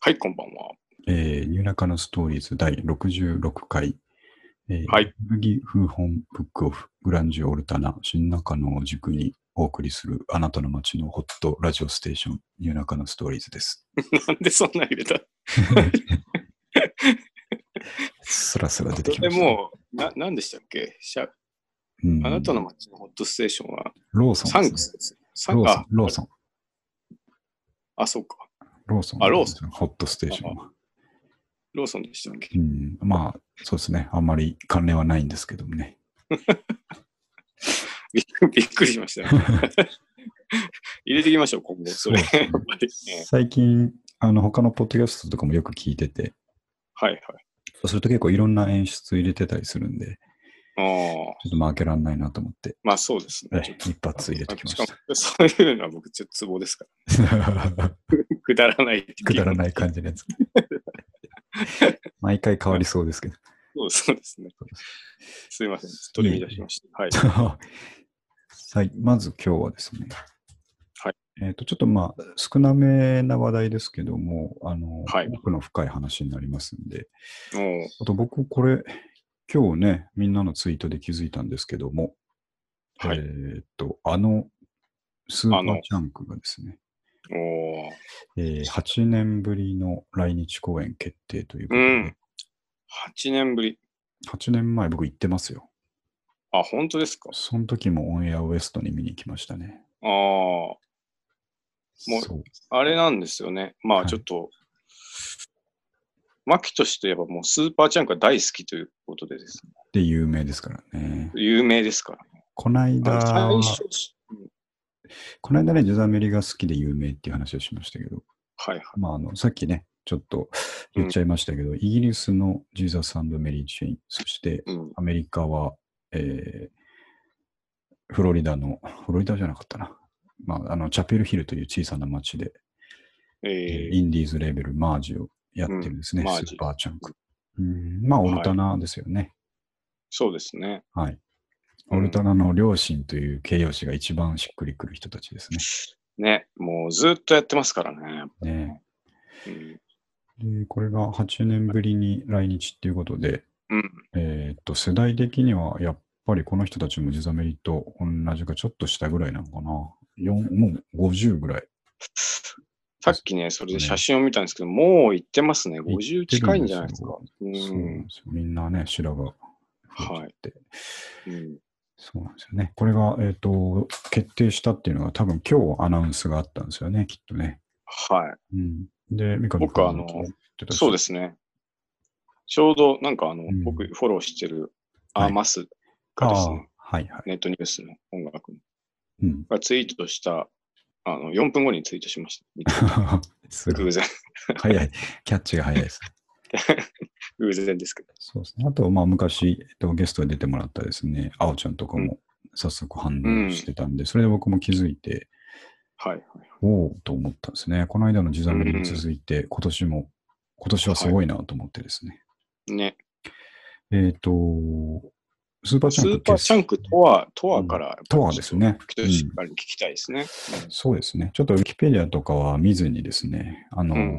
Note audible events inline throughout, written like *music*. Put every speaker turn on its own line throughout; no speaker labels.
はい、こんばんは。
えー、ニューラカのストーリーズ第66回。えー、
はい。
古着風本ブックオフ、グランジュオルタナ、新中野を軸にお送りするあなたの街のホットラジオステーション、ニューラカのストーリーズです。
なんでそんな入れた
そらそら出てき
そ
ま
れ
した。
もう、な、なんでしたっけしゃ
うん
あなたの街のホットステーションは、
ローソン
サン
で
ク
す
スです。サ
ね。ローソンロ
ンあ、、
ーソン、
あ、そうか。
ローソン。
あローソ
ン。ホットステーションは。
ローソンでしたっけ *laughs*
うん、まあ、そうですね。あんまり関連はないんですけどもね。
びっくびっくりしました。 *laughs* 入れていきましょう、今後。それ。
そう
やっぱり *laughs* ね
最近、あの、他のポッドキャストとかもよく聞いてて、
はい
そうすると結構いろんな演出入れてたりするんで、
はい。ああ、
ちょっと負けらんないなと思って、
まあそうです
え
ね。
一発入れてきまし
しかも、そういうのは僕、ちょっとツボですから。 *laughs*
た。
くだらない。
*laughs* くだらない感じのやつ。毎回変わりそうですけど。 *laughs*
そうそうですね。すいません。取り乱しました。はい。
はい、まず今日はですね、
はい
えっとちょっとまあ少なめな話題ですけども、あの
はい
奥の深い話になりますんで、
も
あと僕これ、今日ね、みんなのツイートで気づいたんですけども、
う、は
え
い。
っと、あのスーパ
あの
ーチャンクがですね、
おー
えー8年ぶりの来日公演決定ということ
う
で、
ん。8年ぶり。
8年前僕行ってますよ。
あ、本当ですか。
その時もオンエアウエストに見に行きましたね。
ああ。もう
そう
あれなんですよね。ま
は
あ
い
ちょっと、マキとして言えばもうスーパーチャンクが大好きということでです、ね、
で有名ですからね。
有名ですから。
こないだ
あの
は、
最初、うん
こないだね、ジャザメリが好きで有名っていう話をしましたけど、
はいはい。
まあ、あの、さっきね、ちょっと言っちゃいましたけど、イギリスのジーザスメリー・チェイン、そして
うん、
アメリカは、えーフロリダの、フロリダじゃなかったな。まあ、あの、チャペルヒルという小さな町で、
えー
インディーズレーベル、マージをやってるんですね、
うんマージ
スーパーチャンク。うんまあ、オルタナですよね。
そうですね。
はい。
うん
オルタナの両親という形容詞が一番しっくりくる人たちです
ね、もうずっとやってますからね。
ね。ね
うん。
でこれが8年ぶりに来日っていうことで、
うん、
えーっと、世代的にはやっぱりこの人たちも地ザメリと同じかちょっと下ぐらいなのかな。四もう50ぐらい。
さっきね、それで写真を見たんですけど、もう行ってますね。50近いんじゃないですか。う
そうなんで
ん。
すよみんなね、白髪増えてて、
うん
そうなんですよね。これが、えーっと、決定したっていうのが多分今日アナウンスがあったんですよね、きっとね。
は
うん、で、三上。
僕はあのい。そうですすね。ちょうど、なんかあの、
ん
僕フォローしてる
はい
アーマスがです
あ
ね、
ーはいはい。
ネットニュースの音楽の
うん、
がツイートした、あの、4分後にツイートし
*laughs*
ました。
すごい
偶然、
早い。キャッチが早いです。
偶然ですけど。
そうですね。あと、まあ、昔、えっと、ゲストで出てもらったですね、あおちゃんとかも早速反応してたんで、それで僕も気づいて、
はい。
おおと思ったんですね。この間の地メリに続いて、今年も、今年はすごいなと思ってですね。
ね。
えっ、と、スーパーチ
ス
ャンク
ーパーチャンクとは、とはから、
とはです。ね。うん
しっかり聞きたいですね。
そうですね。ちょっとウィキペディアとかは見ずにですね、あのー、
うん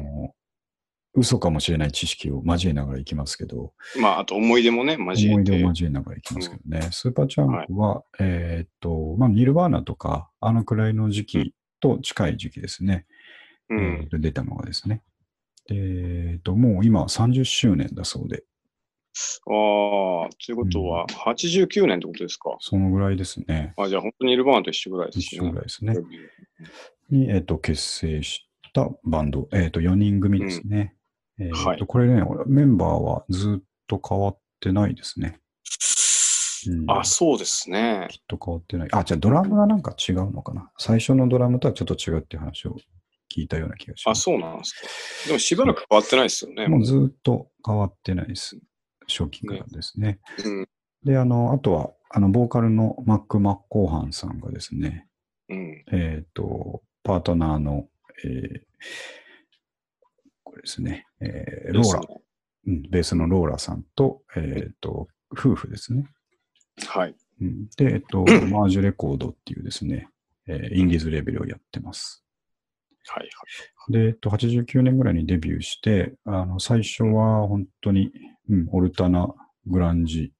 嘘かもしれない知識を交えながらいきますけど、
まあ、あと思い出もね、交
思
え
い出
て
を。交えながらいきますけどね、スーパーチャンクは、えーっと、まあ、ニルバーナとか、あのくらいの時期と近い時期ですね、
う
えーっ
ん。
と出たのがですね。でえーっと、もう今30周年だそうで、
ああ、ということは、89年ってことですか。
そのぐらいですね、
あ、じゃあ、本当にイルバーンと一緒ぐらいです
一
ね。
緒ぐらいですね、に、えーっと、結成したバンド、えーっと、4人組ですね。えーっと
はい
これね、メンバーはずっと変わってないですね。うん
あ、そうですね。
きっと変わってない。あ、じゃあドラムはなんか違うのかな。最初のドラムとはちょっと違うっていう話を聞いたような気がしま
あ、
す。
そうなんですか。でも、しばらく変わってないですよね。
もうずっと変わってないです。初期からですね。
うん。
で、あの、あとは、あの、ボーカルのマック・マッコーハンさんがですね、
うん。
えっ、と、パートナーの、えーこれですね、えーローラ、うん、ベースのローラさんと、えっ、と、夫婦ですね。
はい。
うんで、えっと、マージュレコードっていうですね、えーインディーズレベルをやってます。
はいはい。
で、えっと、89年ぐらいにデビューして、あの、最初は本当に、うん、オルタナ、グランジ。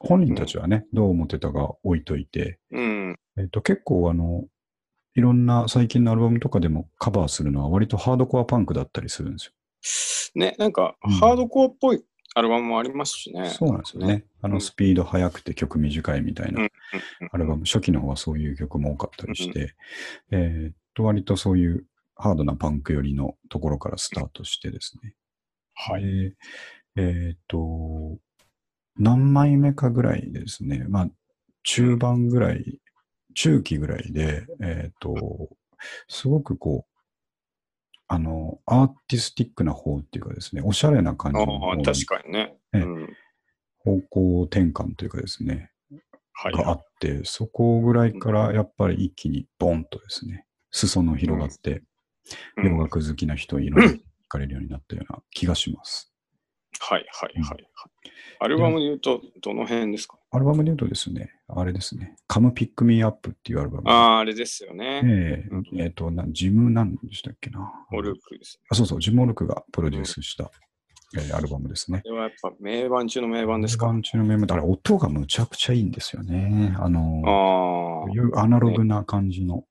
本人たちはね、どう思ってたか置いといて、
うん。
えっと、結構あの、いろんな最近のアルバムとかでもカバーするのは割とハードコアパンクだったりするんですよ。
ね、なんか
うん、
ハードコアっぽいアルバムもありますしね。
そうなんですよね。あ
う
の、
ん
スピード速くて曲短いみたいな
うんうん。
アルバム、初期の方はそういう曲も多かったりして、えーっと、割とそういうハードなパンク寄りのところからスタートしてですね。
はい。
でえーっと、何枚目かぐらいですね、まあ、中盤ぐらい、中期ぐらいで、えーっと、すごくこう、あの、アーティスティックな方っていうかですね、おしゃれな感じ
あ
の
あ
方
ー、
に
確かにね。
ええ
うん。
方向転換というかですね、
はい
があ
は
って、そこぐらいからやっぱり一気にボンとですね、裾野広がって、
い。う
洋
んはい
楽好きな人いろいろ行かれるようになったような気がします。
はいはいはい。アルバムで言うと、どの辺ですか
アルバムで言うとですね、あれですね、Come Pick Me Up っていうアルバム。
ああ、あれですよね。
ええ
うん
えっ、とな、ジムなんでしたっけな。
オルクですね。
あそうそう、ジム・オルクがプロデュースした、えーアルバムですね。
あれはやっぱ名盤中の名盤です
アル
か
バム中のメモであれ、音がむちゃくちゃいいんですよね。あの、
ああ
こう、いうアナログな感じの、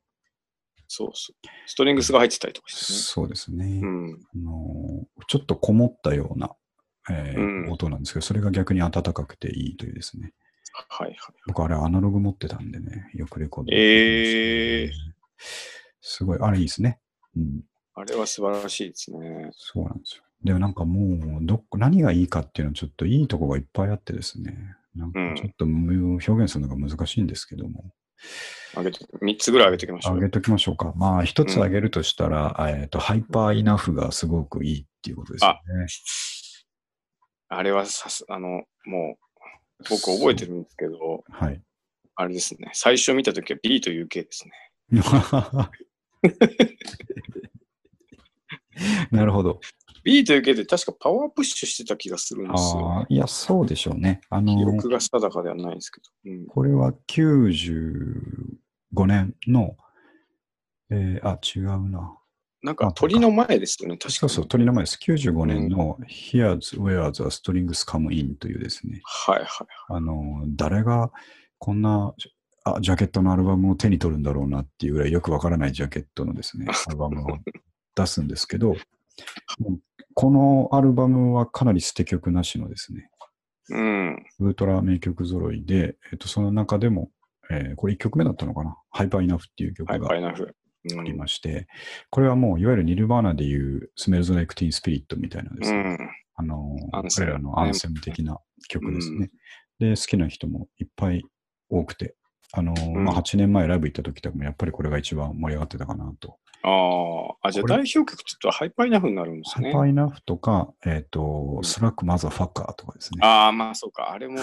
そうそう。ストリングスが入ってたりとかして
そうですね。
ね。うん。
あのちょっとこもったような、えー
うん
音なんですけど、それが逆に暖かくていいというですね。
はいはい。
僕、あれ、アナログ持ってたんでね、よくレコード、
えー
すごい、あれいいですね。うん、
あれは素晴らしいですね。
そうなんですよ。でもなんかもうどっ、何がいいかっていうのはちょっといいとこがいっぱいあってですね。なんかちょっと表現するのが難しいんですけども。
あげて、3つぐらい上げてきましょ
あ
う
げ
よ。
ときましょうか。まあ、一つあげるとしたら、えっと、ハイパーイナフがすごくいいっていうことですよね。
あれはさす、あの、もう、僕覚えて
る。
るんですけど、
はい。
あれですね。最初見たときは B と UK ですね。
*laughs* なるほど。
B と UK で確かパワープッシュしてた気がするんですよ。
ああ、いや、そうでしょうね。あの
記、憶が定かではないですけど。うん。
これは95年の、えーあ、違うな。
なん
あ
か鳥の前ですよね。確
そう
か
そう、
に。
鳥の前です。95年の Here's Where the Strings Come In というですね、
はいはい。
あの、誰がこんなあジャケットのアルバムを手に取るんだろうなっていうぐらいよくわからないジャケットのですね、アルバムを出すんですけど、もうこのアルバムはかなり捨て曲なしのですね、
うん。
ウルトラ名曲揃いで、えっと、その中でも、えーこれ1曲目だったのかな、ハイパーイナフっていう曲
は
が
い、パイナフ。うん
ありまして、これはもういわゆるニルバーナでいうスメルズ・ライク・ティーン・スピリットみたいなです
う
ね、
ん。
あの
アンセム
彼らのアンセム的な曲ですね、で、好きな人もいっぱい多くて、あの
ん
まあ、8年前ライブ行った時とかもやっぱりこれが一番盛り上がってたかなと。
ああ、あ、じゃあ
これ
代表曲ちょっとハイパイナフになるんです
ハ
ね
イパ。ーイナフとか、えっ、と、
うん
スラック・マザー・ファッカーとかですね。
ああ、まあそうか。あ
*laughs*
れも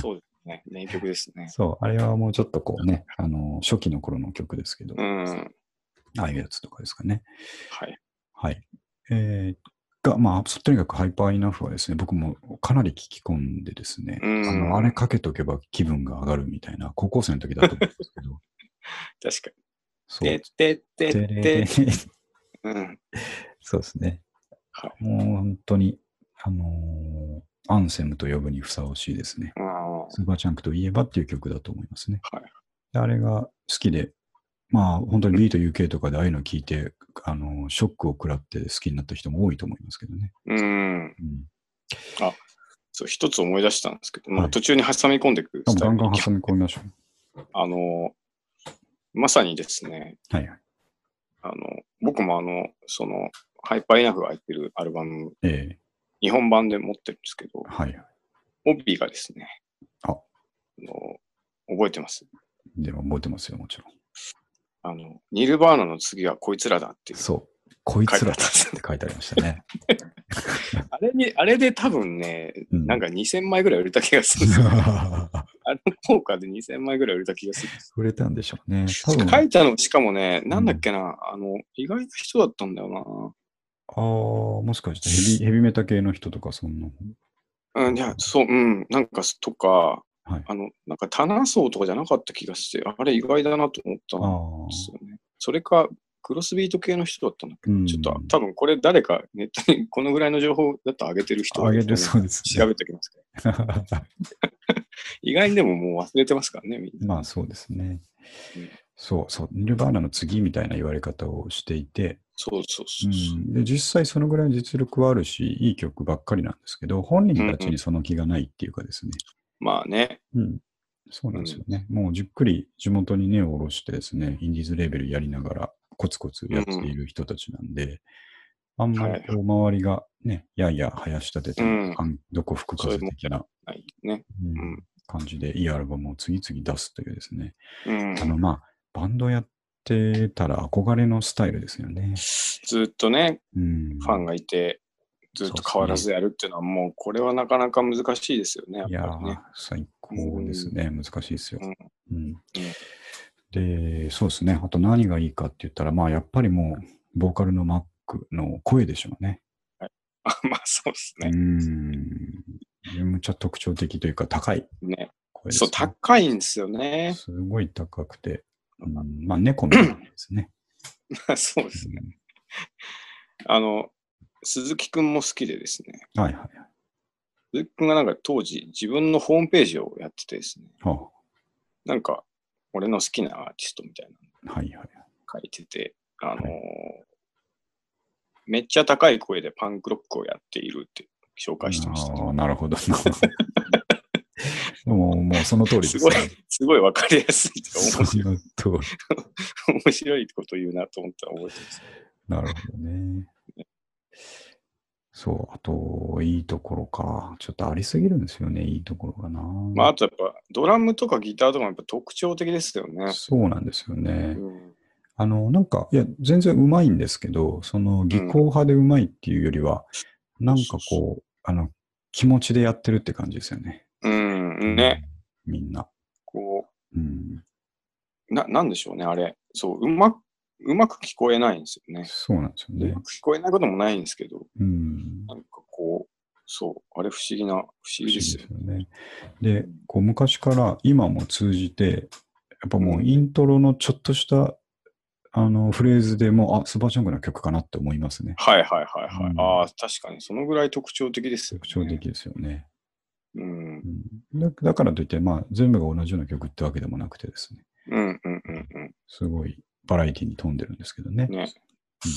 そうですね。名曲ですね。
そう、あれはもうちょっとこうね、あの初期の頃の曲ですけど、
うん。はい。
ああいうやつとかですかね。はい。えーが、まあ、そとにかくハイパーイナフはですね、僕もかなり聞き込んでですね、
うん
あのあれかけとけば気分が上がるみたいな、高校生の時だと思うんですけど、
確か
そう。
に。で、で、で、
てれれ
で、うん。
*laughs* そうですね。
は
もう本当に、あのーアンセムと呼ぶにふさわしいですね。
ああ、は
スーパーチャンクといえばっていう曲だと思いますね。
い。
であれが好きで、まあ本当に B と UK とかでああいうのを聞いて、あのーショックを食らって好きになった人も多いと思いますけどね。
うん。
うん
そう、一つ思い出したんですけど、
はい
まあ途中に挟み込んでいく
あ
スタイ
ガ
ル
ンガン挟み込みましょ
あの、まさにですね、
う。はいはい。
あの、僕もあの、その、ハイパーイナフが入ってるアルバム、
ええ
日本版で持ってるんですけど、
はいはい。
帯がですね、
あ
の覚えてます
でも覚えてますよ、もちろん。
あの、ニルバーナの次はこいつらだっていう。
そう。こいつらっ
書い
て
あったんで
書いてありましたね。
*laughs* あれに、あれで多分ね、
うん
なんか2000枚ぐらい売れた気
*laughs*
がするんですよ。あの効果で2000枚ぐらい売れた気がするんです。
触れたんでしょう *laughs* ね。多分、
書いたの、しかもね、なんだっけな、あの、意外な人だったんだよ
ああ、もしかしてヘビヘビメタ系の人とか、そんな。
な。うん、いや、そう、うん、なんか、とか、
はい
あの、なんか、棚層とかじゃなかった気がして、あれ意外だなと思った
あ
ん
あ、
ですよね。それか、クロスビート系の人だったんだけ
う
ど、
ん
ちょっと多分これ誰かネットに *laughs* このぐらいの情報だと上げてる人
上げてそうですね
調べておきますけど、意外にでももう忘れてますからね、みん
*laughs*
な。
まあそうですね
うん。
そうそう。ニルバーナの次みたいな言われ方をしていて、
そうそう
う
そうそう。
ん、で実際そのぐらいの実力はあるし、いい曲ばっかりなんですけど、本人たちにその気がないっていうかですね、
まあね、
うん、そうなんですよね、もうじっくり地元に根を下ろしてですね、インディーズレーベルやりながら、コツコツやっている人たちなんで、あんまりこう周りがね、やいや生やし立てて、
うん
あんどこ吹く風的な、
はいね。
うん
うん
感じで、いいアルバムを次々出すというですね、
うん、
あのまあ、バンドやってたら憧れのスタイルですよね。
ずっとね、
うん、
ファンがいて、ずっと変わらずやるっていうのは、もうこれはなかなか難しいですよね、
い
や
や
っぱり
ー
ね。、 *laughs*
最高ですね。難しいですよ。うんで、そうですね。あと何がいいかって言ったら、まあやっぱりもう、ボーカルのマックの声でしょうね。
あまあそうです
う
ね。
ーん。むちゃ特徴的というか、高い
ね
声です、
そう、
ね。
高いんですよね。 *laughs*
すごい高くて、うん、まあ猫みたいなですね。
そうですね。あの、鈴木くんも好きでですね、
うんはいはいはい。
鈴木くんがなんか当時自分のホームページをやっててですね、
はあ
なんか俺の好きなアーティストみたいなの
はいはい。
書いてて、あのー
は
めっちゃ高い声でパンクロックをやっているって紹介してました、
あーなるほど。 *laughs* なるほどもう、もうその通りですす
ごい
ね。、
すごいわかりやすいと
そ
思って
の通り。
面白いこと言うなと思ったら覚えてます。
なるほどね。そう、あと、いいところか。ちょっとありすぎるんですよね、いいところがな。
まあ、あとやっぱドラムとかギターとかもやっぱ特徴的ですよね。
そうなんですよね。
うん
あの、なんか、いや、全然うまいんですけど、その、技巧派でうまいっていうよりは、なんかこう、あの、気持ちでやってるって感じですよね。
うん、ね。
うん。みんな。
こ
うん。
う、な、なんでしょうね、あれ。そう、うまく、うまく聞こえないんですよね。
そうなんですよ
う
ね
ま。く聞こえないこともないんですけど、
うん。
なんかこう、そう、あれ不思議な、不思議ですよ。
不思議ですよね。で、こう昔から今も通じて、やっぱもうイントロのちょっとしたあのフレーズでもう、あ、スーパーチャンクの曲かなって思いますね。
はいはいはいはい。
うん
ああ、確かに、そのぐらい特徴的ですよ、
特
ね。
徴。的ですよね。
うん
う。ん、だだからといって、まあ、全部が同じような曲ってわけでもなくてですね、
うんうんうんうん。
すごいバラエティに富んでるんですけどね。
ね
うん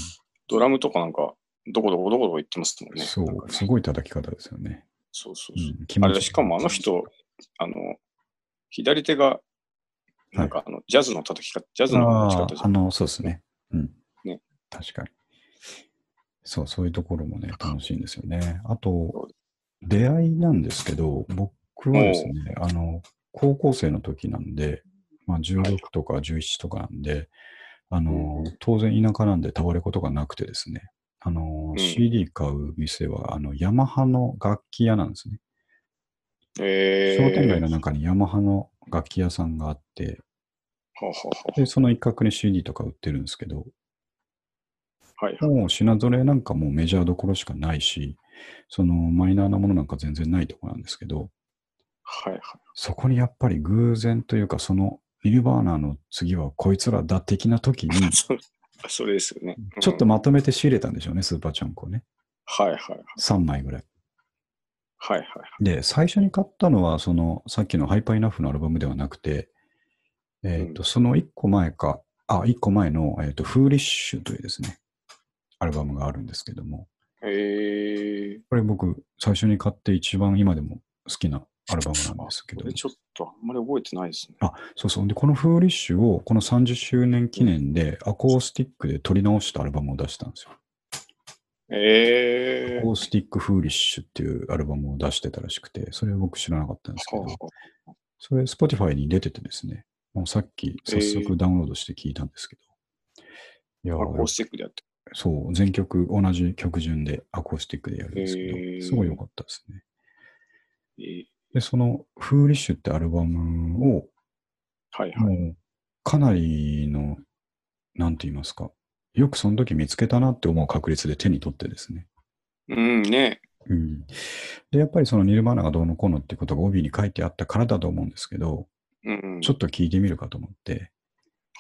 ドラムとかなんか、どこどこどこどこ行ってますもんね。
そ
なんか
う、
ね
すごい叩き方ですよね。
そうそ
う
うそう。
ん、気
あ
持ち
れ、しかもあの人、あの、左手が、なんかあの、ジャズの叩き方、ジャズの
あ
叩
ー
き方じゃ
あ
ん。
の、そうですね。うん。
ね
確かに。そう、そういうところもね、楽しいんですよね。あと、出会いなんですけど、僕はですね、あの、高校生の時なんで、まあ、16とか11とかなんで、あの、当然田舎なんで倒れことがなくてですね、あの、
ん
CD 買う店は、あの、ヤマハの楽器屋なんですね。
え
商
ー、
店街の中にヤマハの楽器屋さんがあって、
はは
で、その一角に CD とか売ってるんですけど、
は。はいはい。
もう品揃えなんかもうメジャーどころしかないし、そのマイナーなものなんか全然ないところなんですけど、
はいはい。、
そこにやっぱり偶然というか、そのニルバーナーの次はこいつらだ的な時に
そ *laughs* それですよね。うん
ちょっと、まとめて仕入れたんでしょうね、スーパーチャンコをね。
はいはいはい。
3枚ぐらい。
はいはい
で、最初に買ったのは、そのさっきのハイパーイナフのアルバムではなくて、えっ、と、
うん
その1個前か、あ、1個前の、えっ、と、フーリッシュというですね、アルバムがあるんですけども、
はい。えー、
これ僕、最初に買って一番今でも好きなアルバムなんですけ
こ
ど
れ。ちょっとあんまり覚えてないですね。
あ、そうそう。で、このフーリッシュをこの30周年記念でアコースティックで撮り直したアルバムを出したんですよ。
え
ア
ー、
コースティックフーリッシュっていうアルバムを出してたらしくて、それは僕知らなかったんですけ
は
ど
は、
それ Spotify に出ててですね、もうさっき早速ダウンロードして聞いたんですけど、
ア
い
コ
や
ー、スティックでやって
そう、全曲同じ曲順でアコースティックでやるんです
へ
け
ー
ど、すごい良かったですね。
る。えー
で、その、フーリッシュってアルバムを、
はいはい。
もう、かなりの、なんて言いますか、よくその時見つけたなって思う確率で手に取ってですね。
うんね。
うん。で、やっぱりそのニルバーナがどうのこうのってことが帯に書いてあったからだと思うんですけど、
うん。
ちょっと聞いてみるかと思って、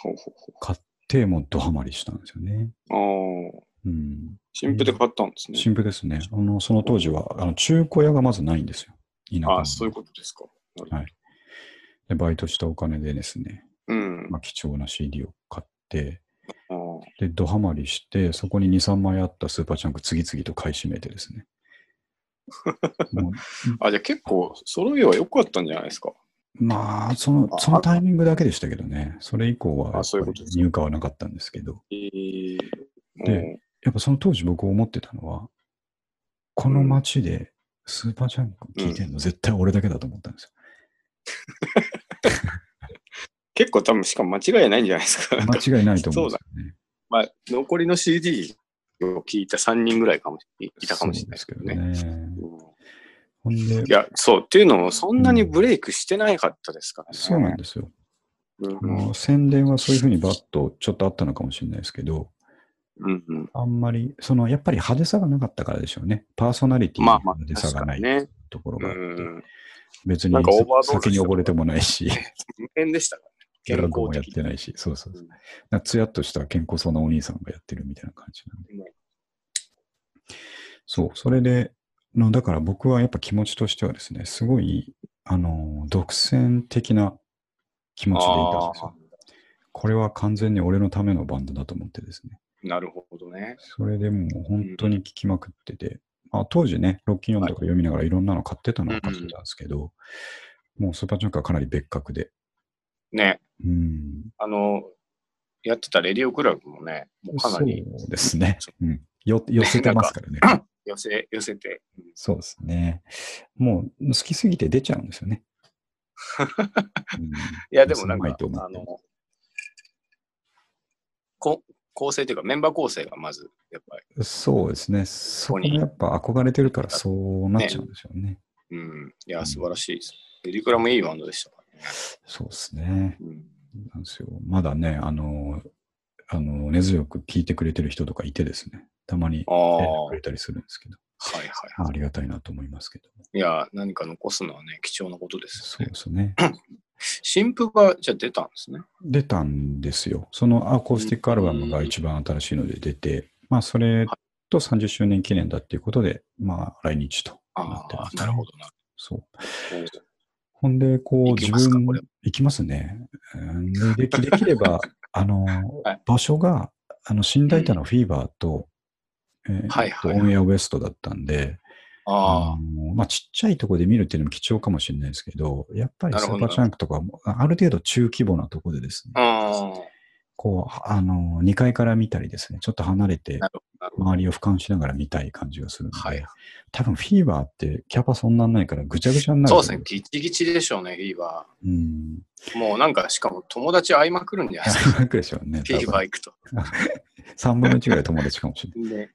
ほうほうほう。
買って、もうドハマりしたんですよね。
ああ、
うん。
新婦で買ったんですね。
新婦ですね。あの、その当時は、あの中古屋がまずないんですよ。田舎
あ
の
あ、そういうことですか。なるほど
はいで、バイトしたお金でですね、
うん。
まあ、貴重な CD を買って、
あー
で、ドハマりして、そこに2、3枚あったスーパーチャンク次々と買い占めてです
*laughs*
ね。もう
あ、じゃあ結構、揃えは良かったんじゃないですか。
まあ、その、
あ
そのタイミングだけでしたけどね。それ以降は、
あそういうことですか
入荷はなかったんですけど、
えー、
でやっぱその当時僕思ってたのは、この街でスーパージャンク聞いてるの絶対俺だけだと思ったんです
結構多分、しかも間違いないんじゃないですか。
よ。
なんか
間違いないと思うんですよね。
*laughs* まあ、残りの CD を聞いた3人ぐらいかもしいたかもしれないですけどね。
そうですけどね。
うん
ほんで
い、や、そう、っていうのも、そんなにブレイクしてなかったですからね。
そうなんですよ。あ
うん
の宣伝はそういうふうにバッとちょっとあったのかもしれないですけど、
うんうん
あんまり、その、やっぱり派手さがなかったからでしょうね。パーソナリティの
まあまあ
派、手さ
確
が
か
ない
にね。
ところ
う
があって、
ん。
別に
なんかオーバードーズ
酒に溺れてもないし。 *laughs*
無縁でしたからね。
ド
健
ラッグ
康
もやっ
的
てないし、そうそうそう
うん
なんかつやっとした健康そうなお兄さんがやってるみたいな感じなんで。
うん
そう、それで、のだから僕はやっぱ気持ちとしてはですね、すごい、あのー、独占的な気持ちでいたんですよ。これは完全に俺のためのバンドだと思ってですね。
なるほどね。
それでもう本当に聴きまくってて、まあ、当時ね、ロッキンオンとか読みながらいろんなの買ってたのは買ってたんですけど、もうスーパーチャンクはかなり別格で。
ね、
うん、
あの、やってたレディオクラブもね、もうかなり
そうですね
そ。
うん。よ寄せてますからね。
寄せ、寄せて。うん
*clears throat* そうですね。もう好きすぎて出ちゃうんですよね。うん
いや、でもな
う
ん
ま
か
いと思、
あ
って
の、こ構成というか、メンバー構成がまず、やっぱ
そうですね。そこ
こ
に
に
やっぱ憧れてるからそうなっちゃうんですよね。
り、うん、いや、素晴らしいです。レディオクラブもいいバンドでしたからね。
そうですね。
うん
なんですよ。まだね、あの、あの根強く聞いてくれてる人とかいてですね。たまに
あ
連絡く
あ、はい
れたりするんですけど、
はいはい。
ありがたいなと思いますけど。
いや、何か残すのはね、貴重なことです
そう
よね。
ですね。
新譜が、じゃあ出たんですね。
出たんですよ。そのアコースティックアルバムが一番新しいので出て、まあそれと30周年記念だっていうことで、まあ来日とな
あ
ってま
あ
す、、
なるほどな。
そう。
うん
ほんで、こう、
行きますか
自分
これ、
行きますね。うんでできできれ
*laughs*
ば、あの、
はい
場所が、あの、新大田のフィーバーと、えー
はいはいはい
オンエアウエストだったんで、
ああ、
のまあ、ちっちゃいとこで見るっていうのも貴重かもしれないですけど、やっぱり
な
ス
るほ
ー
ど
パーチャンクとかも、あある程度中規模なとこでですね、
ああ、
こう、あの、2階から見たりですね、ちょっと離れて
な、るほどなるほど。
周りを俯瞰しながら見たい感じがするので、
はい
多分フィーバーってキャパそんなんないからぐちゃぐちゃになる。
そうですね、ギチギチでしょうね、フィーバ
うん。
ー。もうなんか、しかも友達会いまくるんじゃ
*laughs*
ないですか。
楽でしょうね。
フィーバー行くと。
3分の1ぐらい友達かもしれない。
で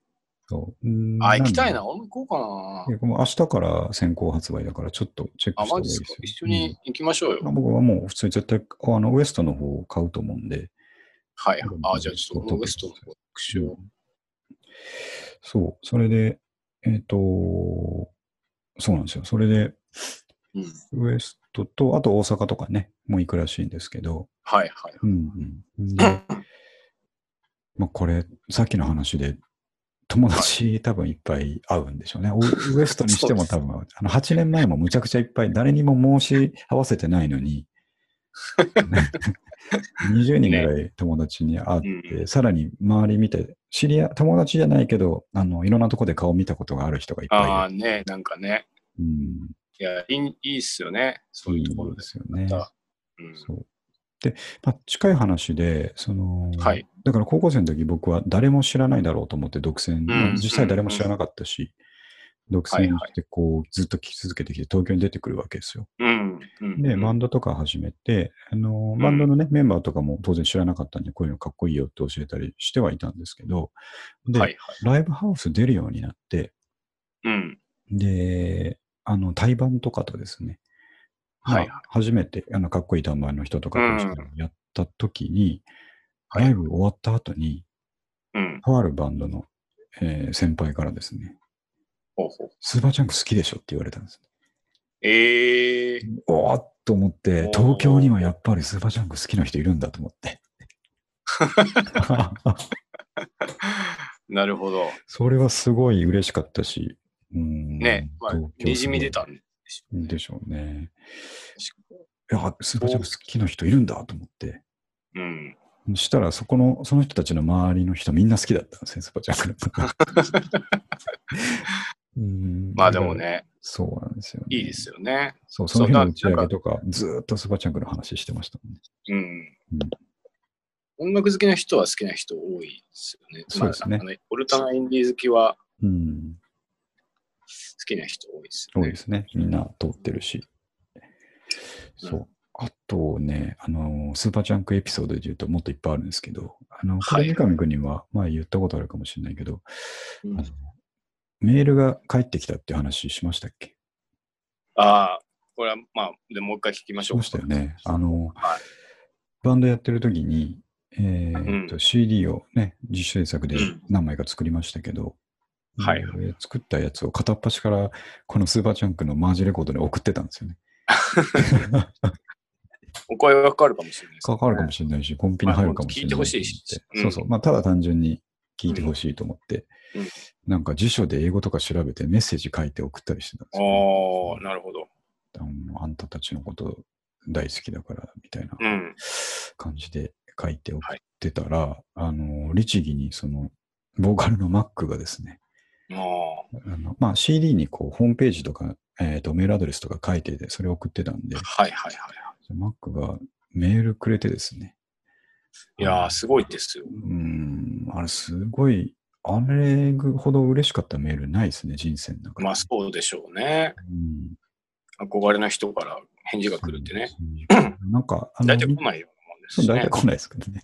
そううん
あ、行きたい
な
な、
ん
俺も行こ
で。いやもう明日から先行発売だから、ちょっとチェッ
うかな。あ、
クした方
マ
がい
ジ
い
っ
です
す
よ
か。。一緒に行きましょう
うん、
よ。
僕はもう普通に絶対、あの、ウエストの方を買うと思うんで。
はい
うん。
あ、じゃあちょっと、ウエストの復習
そう、それで、えっ、と、そうなんですよ。それで、
うん。
ウエストと、あと大阪とかね、もう行くらしいんですけど、
はいはい。
うんうん。で、まあこれ、さっきの話で、友達多分いっぱい会うんでしょう
*laughs*
ね。おウエストにしても多分、あの8年前もむちゃくちゃいっぱい、誰にも申し合わせてないの
*laughs*
に、20人ぐらい友達に会って、
う
さらに周り見て、知り合い、友達じゃないけど、あの、いろんなとこで顔見たことがある人がいっ
あ
ぱ
あ、ね、なんかね。
いる。うん。
いや、いいいいっすよね。そういうところで
ですよね。
また。うん。
そう。で、まあ、近い話で、その、
はい
だから高校生の時僕は誰も知らないだろうと思って独占、まあ実際誰も知らなかったし、独占してこう、ずっと聞き続けてきて東京に出てくるわけですよ。
うん。うん
で、バ
うん
ンドとか始めて、あの、バンドのね、メンバーとかも当然知らなかったんで、こういうのかっこいいよって教えたりしてはいたんですけど、で、
はいはい。
ライブハウス出るようになって、
うん。
で、あの、対バンとかとですね、
はい
まあ初めて、あの、かっこいい短板の人とかと一緒にやった時に、
はい
ライブ終わった後に、
うん。
とあるバンドの、えー先輩からですね、
ほうほう。
スーパーチャンク好きでしょって言われたんです。
ええ
おーっと思って、
おー *laughs*
東京にはやっぱりスーパーチャンク好きな人いるんだと思って。
なるほど。
それはすごい嬉しかったし、うん
ね、まあ、にじみ出。たんでしょうね
でしょうね。いや、スーパージャンプ好きな人いるんだと思って。
うん。
そしたら、そこの、その人たちの周りの人みんな好きだったんですね、スーパージャンプの
*laughs*
こと。うん
まあでも。ね、
そうなんですよ、
いいで。すよね。
そう、その日の打ち
そう
上
な
げ
んか
とか、ずーっとスーパージャンプの話してましたもんね。
うん。音楽好きな人は好きな人多いですよね。
そうですね
まあ、あのオルタナインディー好きは
うん。
好きな人多いです
そ
よ
う
ね。
ですね。みんな通ってるし。
うん
そう。あとね、あの、スーパージャンクエピソードで言うともっといっぱいあるんですけど、あの、こ
は
れ
い
三上君には前言ったことあるかもしれないけど、
うん
メールが返ってきたっていう話しましたっけ
ああ、これはまあ、でもう一回聞きまし
し
ょう
ま
か。
したよね。あの、
はい
バンドやってる時に、えーっ
う
と CD をね、自主制作で
うん
何枚か作りましたけど、
はい
えー作ったやつを片っ端からこのスーパージャンクのマージレコードに送ってたんですよね。
お声がかかるかもしれないです、
かかるかもしれないし、コンビニ入るかもしれない
まあ聞いてほしいしうん
そうそう。まあ、ただ単純に聞いてほしいと思って、
うんうん
なんか辞書で英語とか調べてメッセージ書いて送ったりしてたんですよね、
おー、なるほど。
あのあんたたちのこと大好きだから、みたいな
うん。
感じで書いて送ってたら、あの、律儀にその、ボーカルのマックがですね、
も
あのまあ、CD にこう、ホームページとか、えーと、メールアドレスとか書いてて、それ送ってたんで
う、、はいはいはい。
マックがメールくれてですね。
いやー、すごいですよ。
うーん、あれすごい、あれほど嬉しかったメールないですね、人生の中で。
まあ、そうでしょうね。
うん、
憧れの人から返事が来るってね。
うん。なんか、あの
大体来ないようなもんです
そう
し
大
ね
体。来ないですけどね。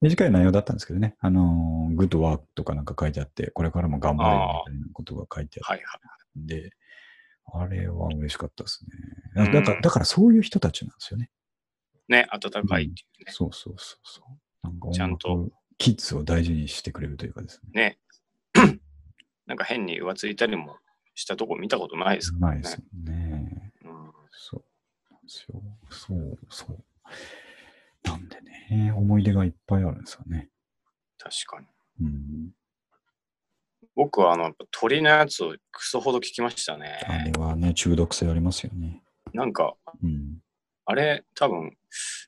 短い内容だったんですけどね、あのー、グッドワークとかなんか書いてあって、これからも頑張れるみたいなことが書いてあっ
はいは
て
い。
んで、あれは嬉しかったです
う
ね。
ん
だから、だからそういう人たちなんですよね。
ね、温かいっていうね。
そうそうそうそう。なんか
ちゃんと
音楽、キッズを大事にしてくれるというかですね。
ね。なんか変に浮ついたりもしたとこ見たことないです
う
から
まい
ね。
ですよね。
うん
そうなんですよ。そうそう。なんでね、思い出がいっぱいあるんですよね。
確かに。
うん。
僕はあの、やっぱ鳥のやつをクソほど聞きました
あれ
ね。
はね、中毒性ありますよね。
なんか、
うん。
あれ、多分、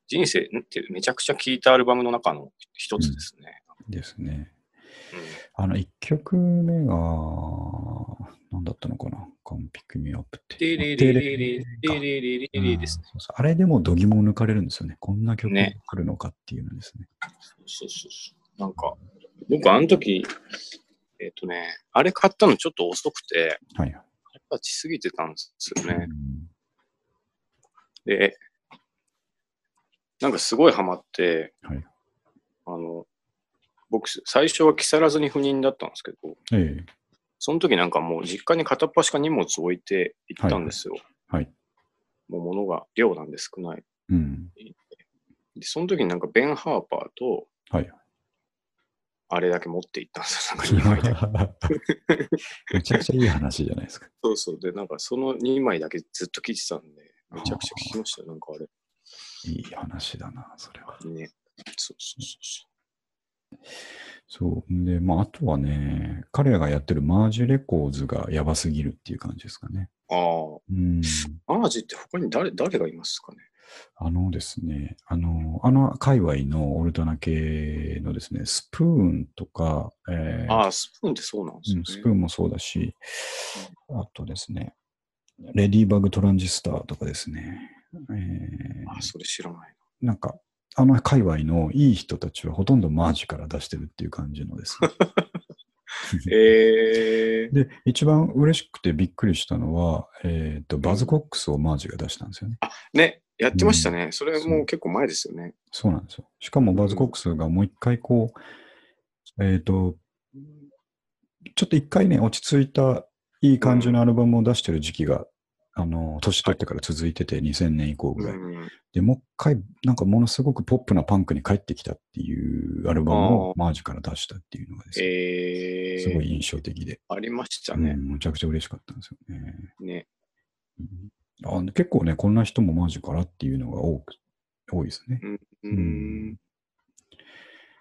人生んってめちゃくちゃ聴いたアルバムの中の一つですね。
ですね。
うん
あの、1曲目が、何だったのかな。完璧ミアップって。
リリリ
テ
リ
レ
リリ
か
リリリリですね。
うんそうそうあれでも度肝を抜かれるんですよね。こんな曲が
ね
来るのかっていうのですね。
そうそうそう。なんか、僕あの時、えっ、とね、あれ買ったのちょっと遅くて、
はいはい。
やっぱちすぎてたんですよ
う
ね。
ん
で、なんかすごいハマって、
はい
あの、僕、最初は木更津に赴任だったんですけど、
ええ。
その時なんかもう実家に片っ端か荷物置いて行ったんですよ。
はい。
もう物が量なんで少ない。
うん。
で、その時になんかベン・ハーパーと、
はい。
あれだけ持って行ったんですよ。なんか2枚だけ。
めちゃくちゃいい話じゃないですか。
*laughs* そうそう。で、なんかその2枚だけずっと聞いてたんで、めちゃくちゃ聞きましたよ。なんかあれ。
いい話だな、それは。
ね。そうそうそうそ
そう。んで、まあ、あとはね、彼らがやってるマージュレコーズがやばすぎるっていう感じですかね。
う。
うん。
ああ、マージって他に誰誰がいますかね。
あのですね、あの、あの界隈のオルタナ系のですね、スプーンとか、えー
ああ、スプーンってそうなんで
うん
す
ス
よ
プ
ね。
ーンもそうだし、あとですね、レディーバグトランジスターとかですね、えー
ああ、それ知らない。
なんか、あの界隈のいい人たちはほとんどマージから出してるっていう感じの
*laughs*
ですね。
ええ
で、一番嬉しくてびっくりしたのは、えっ、と、バズコックスをマージが出したんですよね。
ね、やってましたね。それ
そう
もう結構前ですよね。
そうなんですよ。しかもバズコックスがもう一回こう、えっ、と、ちょっと一回ね、落ち着いたいい感じのアルバムを出してる時期が、あの、年取ってから続いてて、2000年以降ぐ
う
らい。
ん。
で、もう一回、なんかものすごくポップなパンクに帰ってきたっていうアルバムをマージから出したっていうのがですね、
え
すごい
え
印象的で、
ありました
う
ね。
んむちゃくちゃ嬉しかったんですよね。
ね。
あ結構ね、こんな人もマジからっていうのが多く多いですね。
う
うん
ん。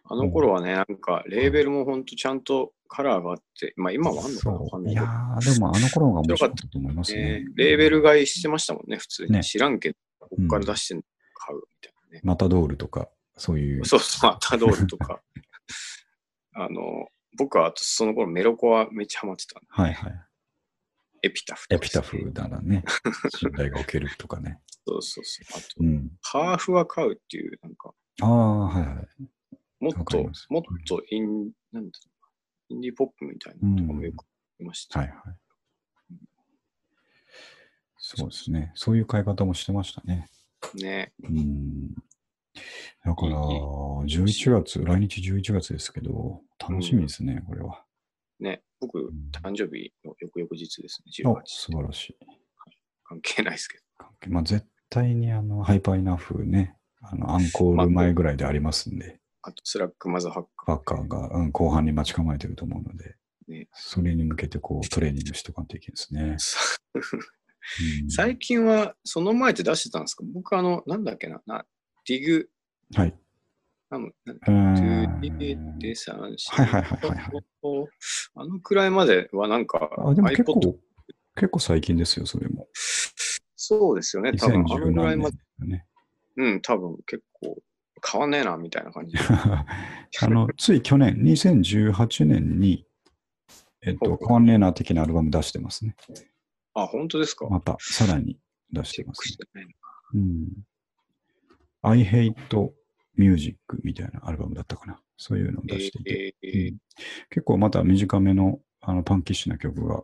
あの頃はね、なんか、レーベルも本当ちゃんとカラーがあって、まあ今はあんのかなわか
そ
ん
う。
ないいけ
や
ど
ー、でもあの頃が面白かったと思いますね
ね。レーベル買いしてましたもんね、普通に。
ね
知らんけど、こっから出してんの買うみたいなね。
マタドールとか、そういう。
そうそう、アタドールとか。 *laughs* あの、僕はその頃メロコはめっちゃハマってた。
はいはい。
エピタフと
エ
かで
ピ
す
タ
ね、
フだら
*laughs*
ね。信頼が起きるとかね。
そうそうそう。あと、
うん。
ハーフは買うっていう、なんか、
ああ、はいはい。
もっ
わかり
と
ます、
もっとイン、なんだろうインディーポップみたいなのとかもよく見ました。
はいはい。そうですね。そういう買い方もしてましたね。
ね。
うん。だから、
いいいい
11月、来日11月ですけど、楽しみですね、これは。
ね。僕、
ん
誕生日の翌々日ですね。
あ
18、
素晴らしい。
関係ないですけ
関係まあ、絶対にあの、ハイパーイナフね、あの、アンコール前ぐらいでありますんで、
ど。あと、スラックマザーハッカ
バッカーが、うん、後半に待ち構えてると思うので、
ね
それに向けてこう、トレーニングしておかんといけないですね
*laughs* ー。さ。
うん
最近は、その前って出してたんですか僕、あの、なんだっけな、なディグ、
はい。
なの、なん
うーん
2で3、
はいはいはいはいはい。
あのくらいまではなんか、
あ、でも結
iPod、
構、結構最近ですよ、それも。
そうですよね、多分あ
2010
のくらい
何
ま
年
で、
だね。
うん、多分結構、変わんねえな、みたいな感じで。
*laughs* あの、つい去年、2018年に、えっ
ほ
と、
う
コンレーナー的なアルバム出してますね。
あ、本当ですか
また、さらに出して
チェッ
ま
クし
す、
てないな。
ね。うん。I hate music みたいなアルバムだったかな。そういうのを出していて。
えー
うん結構また短めのあのパンキッシュな曲が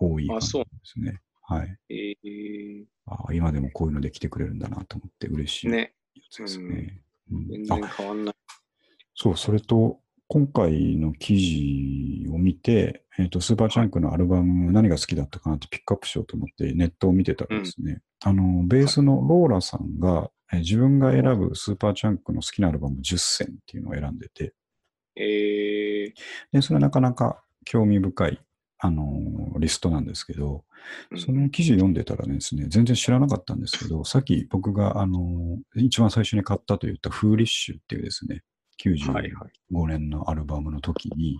多い感
あ
じ
そう
ですね。はい。
えー
あ今でもこういうので来てくれるんだなと思って嬉しいや
ね、
つですね。うん
全
あ
然変わんない。
そう、それと、今回の記事を見て、えっ、と、スーパーチャンクのアルバム、何が好きだったかなってピックアップしようと思って、ネットを見てたらですね、あの、ベースのローラさんが、えー自分が選ぶスーパーチャンクの好きなアルバム10選っていうのを選んでて、
え
で、それはなかなか興味深い、あのーリストなんですけど、
ー、
その記事読んでたらですね、全然知らなかったんですけど、さっき僕が、あのー一番最初に買ったと言ったフーリッシュっていうですね、
うんはい
95
はい。
年のアルバムの時に、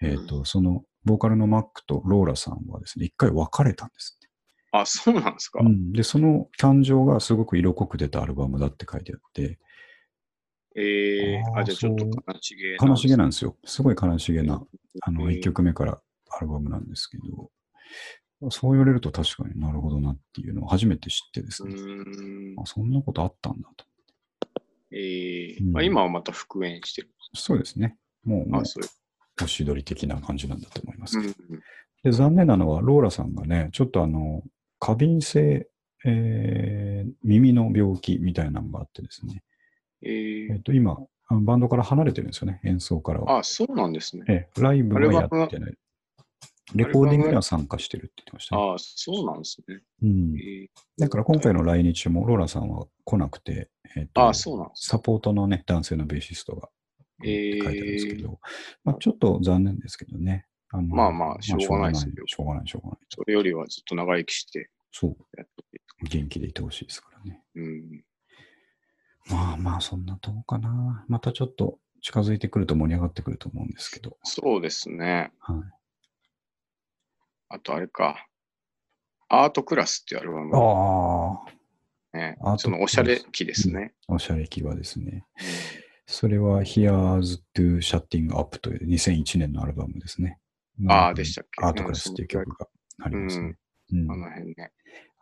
えっ、と、その、ボーカルのマックとローラさんはですね、一回別れたんですね、
あ、そうなんですか、
うんで、その誕生がすごく色濃く出たアルバムだって書いてあって、
えー、
あー
あ、じゃあちょっと
そう
悲しげ
悲しげなんんですよ。すごい悲しげな、あの、
えー
1曲目からアルバムなんですけど、そう言われると確かになるほどなっていうのを初めて知ってです
う
ね、
ーん
あ、そんなことあったんだと。
え
う
ー
ん
まあ、今はまた復縁してる。
そうですね。もう、もう
あ、そう
おしどり的な感じなんだと思います
う
けど、
んうん。
で、残念なのは、ローラさんがね、ちょっとあの、過敏性、えー耳の病気みたいなのがあってですね、
えー
えっ、と、今、あのバンドから離れてるんですよね、演奏からは。
あ、そうなんですね。
ええライブはやってない。レコーディングには参加してるって言ってましたね。
あそうなんですね。
うん
え。ー
だから今回の来日も、ローラさんは来なくて、えっ、と、
あそうなんです
サポートのね、男性のベーシストが
え
って書いてあるんですけ
ー
ど、まあ、ちょっと残念ですけどね。あの
まあまあしょうがないですよ
しょうがない、しょうがない。
それよりはずっと長生きして
そう、
やってて
元気でいてほしいですからね。
うん。
まあまあ、そんなとこかな。またちょっと近づいてくると盛り上がってくると思うんですけど。
そうですね。
はい、
あとあれか。アートクラスっていうアルバム、
ああ、
ね
アートクラ。ス
そのおしゃれ期ですね。
おしゃれ気はですね。それは Here's to Shutting Up という2001年のアルバムですね。
ああ、でしたっけ。
アートクラスっていう曲がありますね。うん
うん。あの辺ね。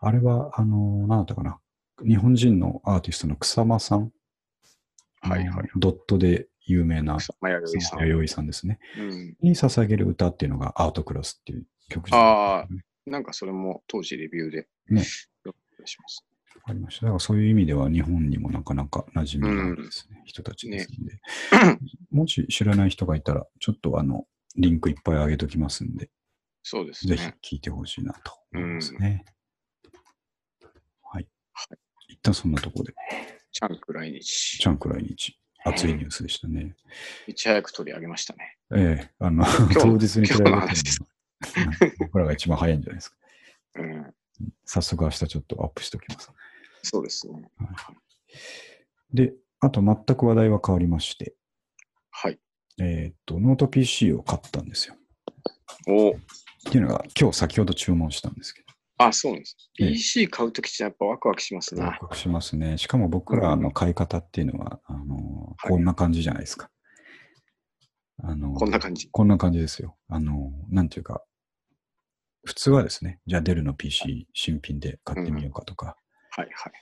あれは、あの、なんだったかな。日本人のアーティストの草間さん。
はい
あ
は
の
い。
ドットで有名な
草間彌生さ
草間
ん。
弥生さんですね。
うん。
に捧げる歌っていうのがアートクラスっていう曲じゃない
ああ、なんかそれも当時レビューで。
ね
お願いします。
わかりました。だからそういう意味では日本にもなかなか馴染みがあるですね、人たちですので、 *clears throat* もし知らない人がいたら、ちょっとあの、リンクいっぱい上げときますんで、
そうです
ぜひ
ね。
聴いてほしいなと思いますね。はい。一旦そんなところで、
チャンク来日。
チャンク来日、熱いニュースでしたね。
いち早く取り上げましたね。
ええ、あの、
日
当日に比べて
今日の
も
話です
僕らが一番早いんじゃないですか。
うん、
早速明日ちょっとアップしておきます。
そうですね。
で、あと全く話題は変わりまして、
はい。
えっと、ノート PC を買ったんですよ。
お
っていうのが、今日先ほど注文したんですけど、
あ、そうなんです。
ええ
PC 買うときってやっぱワクワクしますね。
報告しますね。しかも僕らの買い方っていうのは、あの
はい
こんな感じじゃないですか。あの
こんな感じ。
こんな感じですよ。あの、なんていうか、普通はですね、じゃあデルの PC 新品で買ってみようかとか、
はいはい。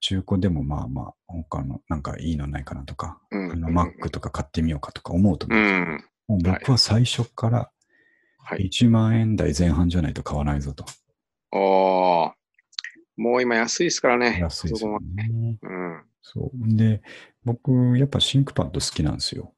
中古でもまあまあ、他のなんかいいのないかなとか、
うん
あの Mac とか買ってみようかとか思うと
う
思うんですよ
ん。
もう僕は最初から
はい。
1万円台前半じゃないと買わないぞと。
ああ。もう今安いですからね。
安いです
そこ
よ
も
ね。
うん。あ
そう。で、僕、やっぱシンクパッド好きなんですよ。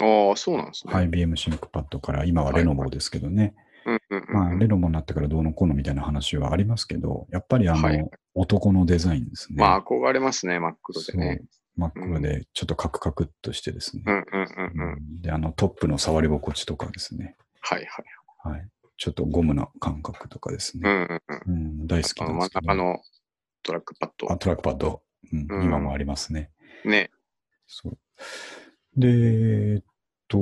あ、そうなんですね。。
IBM シンクパッドから、今はレノボですけどね。
うんうんうん
まあ、レノボになってからどうのこうのみたいな話はありますけど、やっぱりあの、
はい
男のデザインですね。
まあ、憧れますね、真っ黒でね。
真っ黒で、ちょっとカクカクっとしてですね
う。んうんうんうん。
で、あの、トップの触り心地とかですね。
はいはい。
はい。ちょっとゴムな感覚とかです
うん
ね。
うんうん。
うん、大好き
あ
な
の
ん
真
で
ん
すけど。
中のトラックパッ
あ
ド。
トラックパッド、うん
うん
今もありますね。
ね。
そう。で、えっと、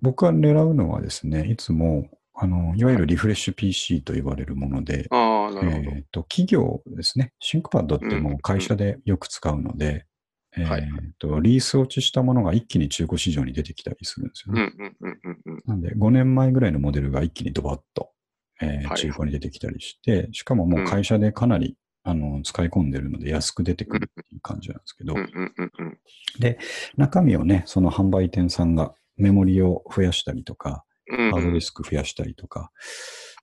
僕が狙うのはですね、いつも、あの、いわゆるリフレッシュ PC と言われるもので、
ああ、な
え
るほ
っ
ど。
と、企業ですね、シンクパッドってもう会社でよく使うので、え
はい
っと、リース落ちしたものが一気に中古市場に出てきたりするんですよ
うんう
ね。
んうんうんうん。
なんで、5年前ぐらいのモデルが一気にドバッと、えー
はい
中古に出てきたりして、しかももう会社でかなり、あの使い込んでるので安く出てくるっていう感じなんですけど、
うんうんうんうん。
中身をね、その販売店さんがメモリを増やしたりとか、
うん
ハードデ
うん
ィスク増やしたりとか、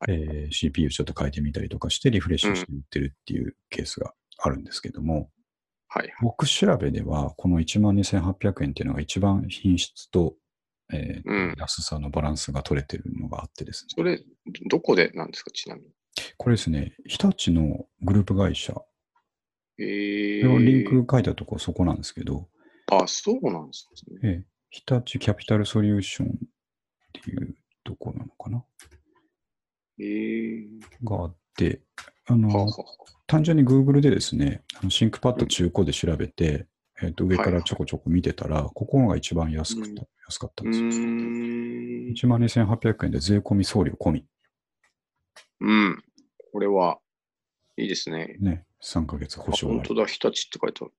えー CPU ちょっと変えてみたりとかしてリフレッシュして売ってるっていうケースがあるんですけども、
はい。
僕調べではこの12,800円っていうのが一番品質と、えー
うん
安さのバランスが取れてるのがあってですね、
それ、どこでなんですか、ちなみに。
これですね、日立のグループ会社、こ
え
れを
ー、
リンク書いたとこそこなんですけど、
あ、そうなんですね。
ええ、日立キャピタルソリューションっていうとこなのかな
えー、
があって、あ
は
の、
は
単純に Google でですね、あのシンクパッド中古で調べて、えっと上か
はいは
ら
い
ちょこちょこ見てたら、ここのが一番安くた、
うん
安かった
うん
ですよ。
ーん。
1万2800円で税込み送料込み。
うん。これは、いいですね。
ね。3ヶ月保
あ
証
本当だ、日立って書いてある。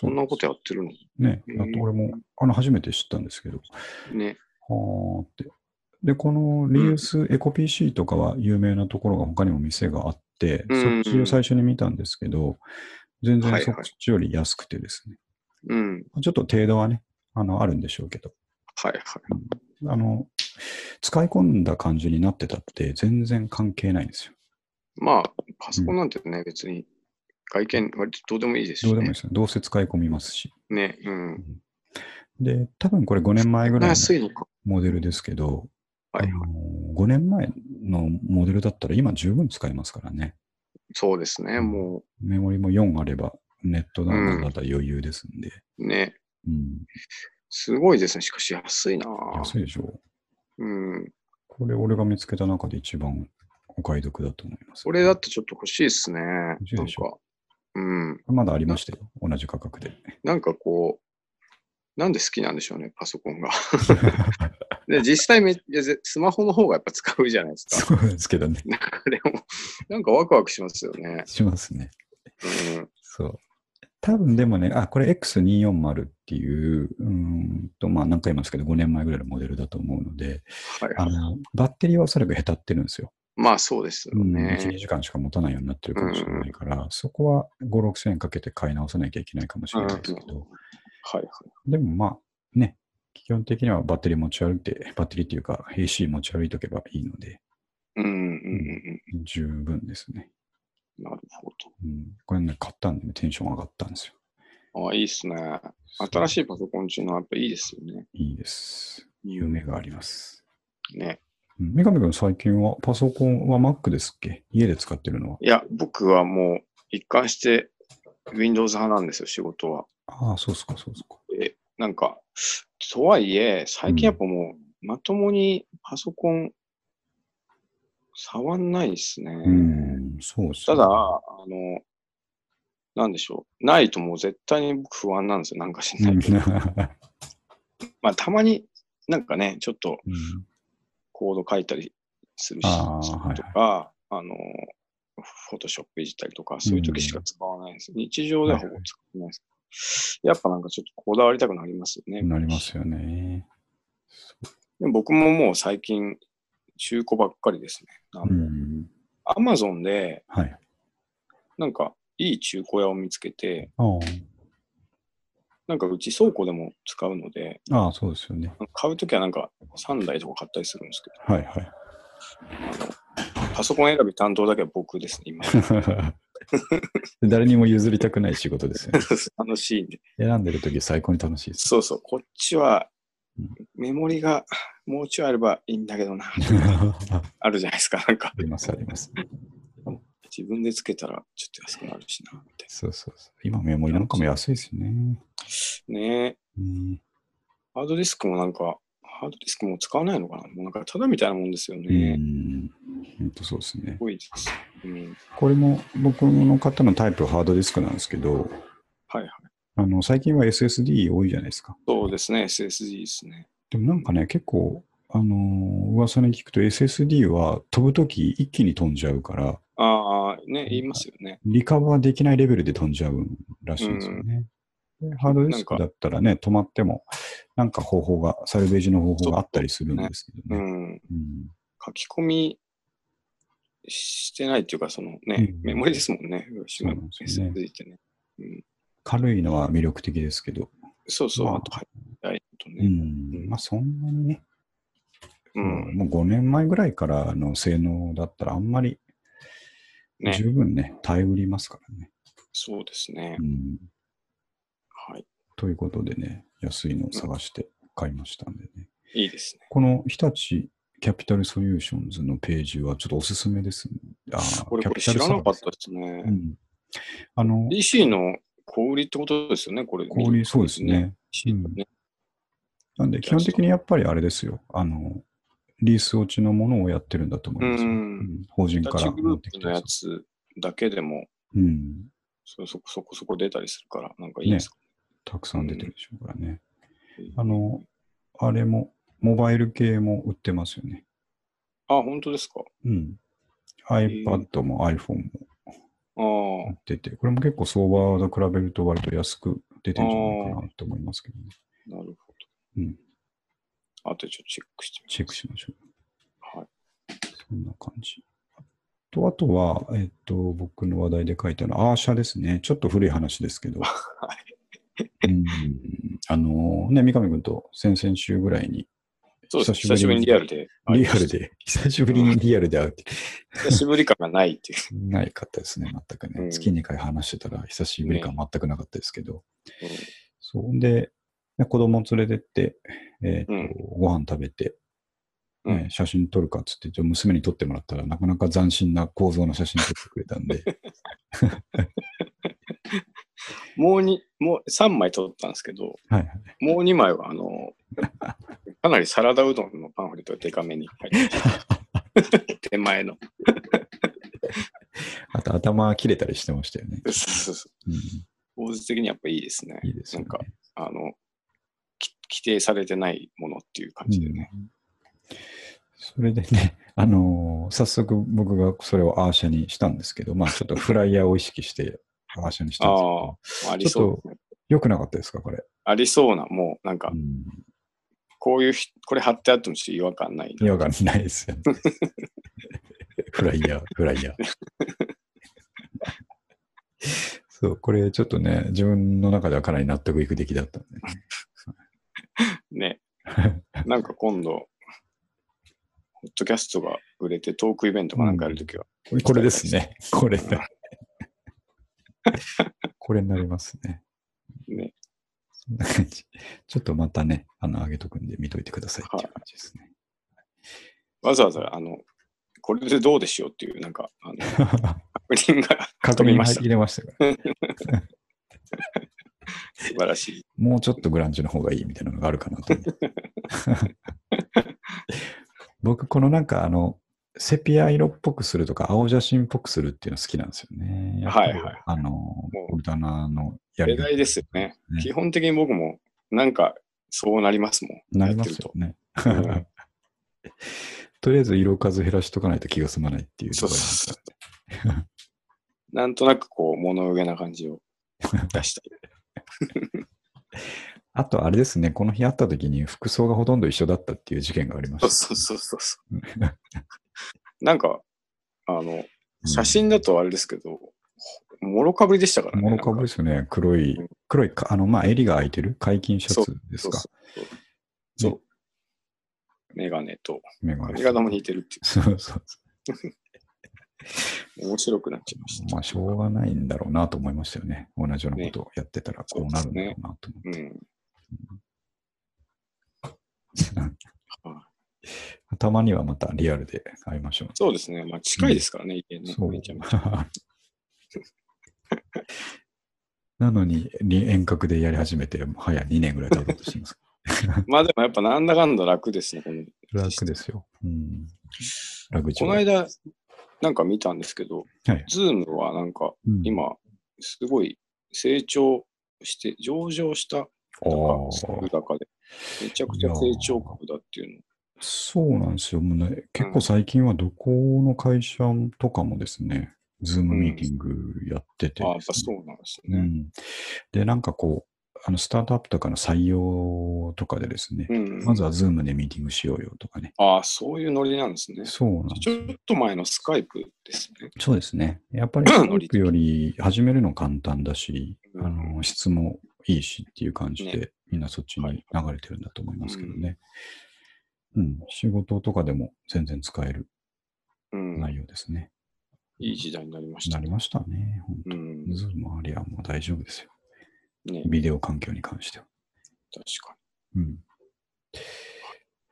そんなことやってるの
ね。
うん
あと俺も、あの、初めて知ったんですけど、
ね。
はーって。で、このリユース、エコ PC とかは有名なところが他にも店があって、
うん
そっちを最初に見たんですけど、全然
はい
そ
は
っ
い
ちより安くてですね。
うん。
ちょっと程度はね、あの、あるんでしょうけど、
はいはい。
あの、使い込んだ感じになってたって全然関係ないんですよ。
まあ、パソコンなんてね、別に、外見、割とどうでもいいですし、
どう
ね。
でもいいですよ。どうせ使い込みますし。
ね。うん。
で、多分これ5年前ぐらい
安
の
いのか。
モデルですけど、
は
あ
い
の5年前のモデルだったら今十分使えますからね。
そうですね。も
メモリも4あれば、ネットダウンロードだったら余裕ですんで。
う、ね。
うん。
すごいですね。しかし安いなぁ
安いでしょう。
うん。
これ俺が見つけた中で一番お買い得だと思います。
それだってちょっと欲しいですね。なん
欲しいでし
か
ょ、
うん。
まだありましたよ。同じ価格で。
なんかこう、なんで好きなんでしょうね、パソコ
*laughs*
ンが。で、実際めいや、ぜスマホの方がやっぱ使うじゃないです
そ
か。
うですけど *laughs* ね。
なんかでも、なんかワクワクしますよね。
しますね。
うん。
そう。多分でもね、あ、これ X240 っていう、うーんと、まあ何回言いますけど、5年前ぐらいのモデルだと思うので、
はい
あ
はい。
の、バッテリーはおそらくへたってるんですよ。
まあそうですよ
うん、1、2
ね。
時間しか持たないようになってるかもしれないから、そこは5、6千円かけて買い直さなきゃいけないかもしれないですけど、
はいはい。
でもまあ、ね、基本的にはバッテリー持ち歩いて、バッテリーっていうか、AC 持ち歩いとけばいいので、
うんうんうん
十分ですね。
うん。なるほ
うん、これね、買ったんでね、テンション上がったんですよ。
ど。ああ、いいっすね。新しいパソコン中のはやっぱいいですよね。
いいです。夢があります。
ね。
うん三上君、最近はパソコンは Mac ですっけ家で使ってるのはい
や、僕はもう一貫して Windows 派なんですよ、仕事は。
ああ、そうっすか、そうっすか。
なんか、とはいえ、最近やっぱもう、まともにパソコン、触んないですね。
うん、そうっす
た
ね
だ、あの、なんでしょう。ないともう絶対に僕不安なんですよ。なんかし
う
ない
ん
けど。 *laughs* まあ、たまになんかね、ちょっと
うん
コード書いたりするし、
あーはいはい
とか、あの、フォトショップいじったりとか、そういう時しか使わないです。日常ではほぼ使わないです。やっぱなんかちょっとこだわりたくなりますよね。
なりますよね。
でも僕ももう最近、中古ばっかりですね。あ
う
の
ん。
アマゾンで、
はい。
なんか、いい中古屋を見つけて、
あ
なんかうち倉庫でも使うので、
あ、ああそうですよね。
買うときはなんか3台とか買ったりするんですけ
はいはい。
ど、パソコン選び担当だけは僕ですね、
*laughs*
今。
誰にも譲りたくない仕事ですよね。
楽しいんで。
選んでるとき最高に楽しい *laughs* です。
そうそう、こっちは
うん
メモリがもうちょいあればいいんだけどな、
*laughs* あ
あるじゃないですか、なんか。
りますあります。
自分でつけたらちょっと安くなるしな、みたい
そうそうそう。今メモリなんかも安いですよね。
な。ねえ、
うん
ハードディスクもなんか、ハードディスクも使わないのかなもうなんかただみたいなもんですよ
う
ね。
ん。本当そうですね
す。ごいです。うん。
これも僕の方のタイプはハードディスクなんですけど、
はいはい。
あの最近は SSD 多いじゃないですか。
そうですね、SSD ですね。
でもなんかね、結構、あのー噂に聞くと SSD は飛ぶとき一気に飛んじゃうから、
ああ、ね、言いますよね。
リカバーできないレベルで飛んじゃうらしいんですよね。でハードディスク
なん
だったらね、止まっても、なんか方法が、サルベージの方法があったりするんですけど
う
ね。う
ん。
ん
書き込みしてないっていうか、そのね、
うん
メモリですもんね。吉
うな
村
んですよね
SSD ってね。うん、
軽いのは魅力的ですけど、
そうそう、
まあ
あと入りたいと
う
ね。
ん、まあそんなにね、
うん。
もう5年前ぐらいからの性能だったらあんまり
ね
十分ね、耐えうりますからね。
そうですね
う。ん
はい。
ということでね、安いのを探して買いましたんでね。
いいですね。
この日立キャピタルソリューションズのページはちょっとおすすめです、ね。あー
これ、
キャ
これ
ピタ
知
ル
らなかっ
サ
たです
ービス
ね
う。ん。あの、
DC の小売りってことですよね、これ。
小売りそうですね。
DC のね。
なんで、基本的にやっぱりあれですよ。あの、リース落ちのものをやってるんだと思いますよ。
うん
法人
タ
か
ッチ
ら
グル
持
ー
ってき
プ
た
のや
やつ。
つだけでも、
うん。
そそこそこそこ出たりするから、なんかいいですか
たくさん出てるでしょうからね。
ね。
あの、あれも、モバイル系も売ってますよね。
あ、本当ですか。
うん。iPad も iPhone も
ああ
売っ、てて、これも結構相場と比べると割と安く出てるんじゃないかなと思いますけどね。
なるほ
うん。
ど。あとでちょっとチェックしてみます。
チェックしましょう。
はい。
そんな感じ。と、あとは、えっと、僕の話題で書いたのは、アーシャですね。ちょっと古い話ですけど。うん。あのね、三上君と先々週ぐらいに、
そうですね。
久
久
し
し
ぶ
ぶ
り
り
に
にリアルで。
リアル。で、久しぶりにリアルで会うって、
久しぶり感がないって
*laughs*
いう。
ないかったですね、全くね。
うん
月2回話してたら、久しぶり感全くなかったですけど。
うん
そう。んで、ね子供連れてって、えっと
うん
ご飯食べて、
うん
ね写真撮るかっつって、じゃあ娘に撮ってもらったら、なかなか斬新な構造の写真撮ってくれたん
*laughs*
で、
もうに、もう3枚取ったんですけど、
はいはい、
もう2枚は、
*laughs*
あの、かなりサラダうどんのパンフレットがデカめに入って
*laughs*
ました手前の。
あと頭切れたりしてましたよね。
そうそうそう
うん、
構図的にやっぱいいですね。
いいですよね。
なんかあの、き規定されてないものっていう感じでね。
うんそれでね、あのー早速僕がそれをアーシャにしたんですけど、まあちょっとフライヤーを意識してアーシャにしたんですけど、
ありそうですね、
良くなかったですか、これ。
ありそうな、もうなんか
う、ん
こういうひ、これ貼ってあってもちょっと違和感ないな。
違和感ないですよね。 *laughs* フライヤー、フライヤー。そう、これちょっとね、自分の中ではかなり納得いく出来だったんで、ね。
ね。なんか今度、ホットキャストが売れてトークイベントかなんかやるときは、
*laughs* これですね。これだ。これになりますね。
ね。
そんな感じ。ちょっとまたね、あの、上げとくんで見といてくださいっていう感じですね。
わざわざ、あの、これでどうでしょうっていう、なんか、 *laughs* あの確認が
*laughs* 確
飛び
認
ました
入れましたから。
素晴らしい。
もうちょっとグランジの方がいいみたいなのがあるかなと思
*laughs*
って。僕、このなんかあの、セピア色っぽくするとか、青写真っぽくするっていうの好きなんですよね。やっぱり
はいはい。
あの、オルタナのや
世代ですよね。
ね
基本的に僕も、なんか、そうなりますもん。
なりま
や
す
ってる
よ
と。
ね。
ん
*laughs* とりあえず色数減らしとかないと気が済まないっていうと
そう
ころ
そうそう。なんとなくこう、物憂げな感
*laughs*
じを出したい。
あと、あれですね、この日会った時に服装がほとんど一緒だったっていう事件がありました
そう。そうそうそう
*laughs*
そう。なんか、あの、
うん
写真だとあれですけど、もろかぶりでしたからね。
もろかぶり
り
ですよね。黒い
うん、
黒いか、あの、まあ、襟が開いてる解禁シャツです
そう
か
そ。うそう。そう。メガネと
メガネ
髪型も似てるって
そうそうそ
いう。面白くなっちゃいまし
う。
た。
まあ、しょうがないんだろうなと思いましたよね。同じようなことをやってたら、こうなるんだろうなと思
うん。
って。
はい
*laughs* たまにはまたリアルで会いましょう。
そうですね。まあ近いですからね、家ね。
そう
めちゃめちゃ。
*laughs* なのに、に遠隔でやり始めて、もはや2年ぐらい経とうとして
*laughs*
ます。
まあでもやっぱなんだかんだ楽ですね。この
楽ですよ。うん。楽
この間、なんか見たんですけど、
はい
ズームはなんか
うん、
今、すごい成長して、上場した
あ
とか、す
ー
ぐ高で、めちゃくちゃ成長株だっていう
そうなんですよ。もうね、結構最近はどこの会社とかもですね、ズームミーティングやってて、
の。ああ、やっぱそうなんです
う
ね。
んで、なんかこう、あのスタートアップとかの採用とかでですね、
うん。
まずはズームでミーティングしようよとかね。
ああ、そういうノリなんですね。
そうなんです
ち
よ
ょっと前のスカイプですね。
そうですね。やっぱり、
ノリ
ップより始めるの簡単だし、
うん
あの質もいいしっていう感じで、みんなそっち
は
に
い
流れてるんだと思いますけどね。うん、仕事とかでも全然使える
うん。
内容ですね。
いい時代になりました
な
ね。
りましたね。ほんと
うん。ね、
ズームありゃもう大丈夫ですよ。ビデオ環境に関しては。
確か
うん。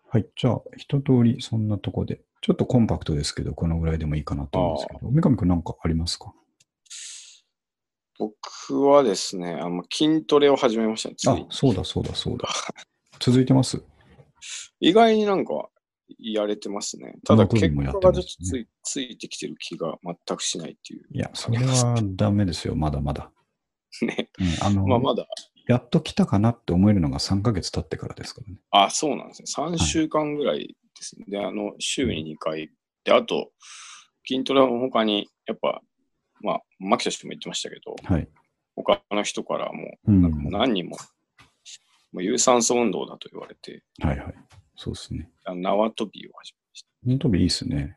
はい。じゃあ、一通りそんなとこで、ちょっとコンパクトですけど、このぐらいでもいいかなと思うんですけど、三上くんなんかありますか
に。僕はですね、あの筋トレを始めました、つい
あ、そうだそうだそうだ。続いてます。
意外になんかやれてますね。ただ
この部
結
分もや
果
ってま
が
す
ち
ね
ょっとついついてきてる気が全くしないってい
*laughs* いや、それはダメですよ、まだまだ。
う。ね。
うん、あの、
まあまだ、
やっと来たかなって思えるのが3ヶ月経ってからですからね。
あ、そうなんですね。3週間ぐらいですね。で、あの、週に2回。で、あと、筋トレの他に、やっぱ、まあ、牧田氏も言ってましたけど、
はい。
他の人からも、
うん
なんかもう何人も、もう有酸素運動だと言われて、
はいはい。そうですね。
あ縄跳びを始
縄跳びいいですね。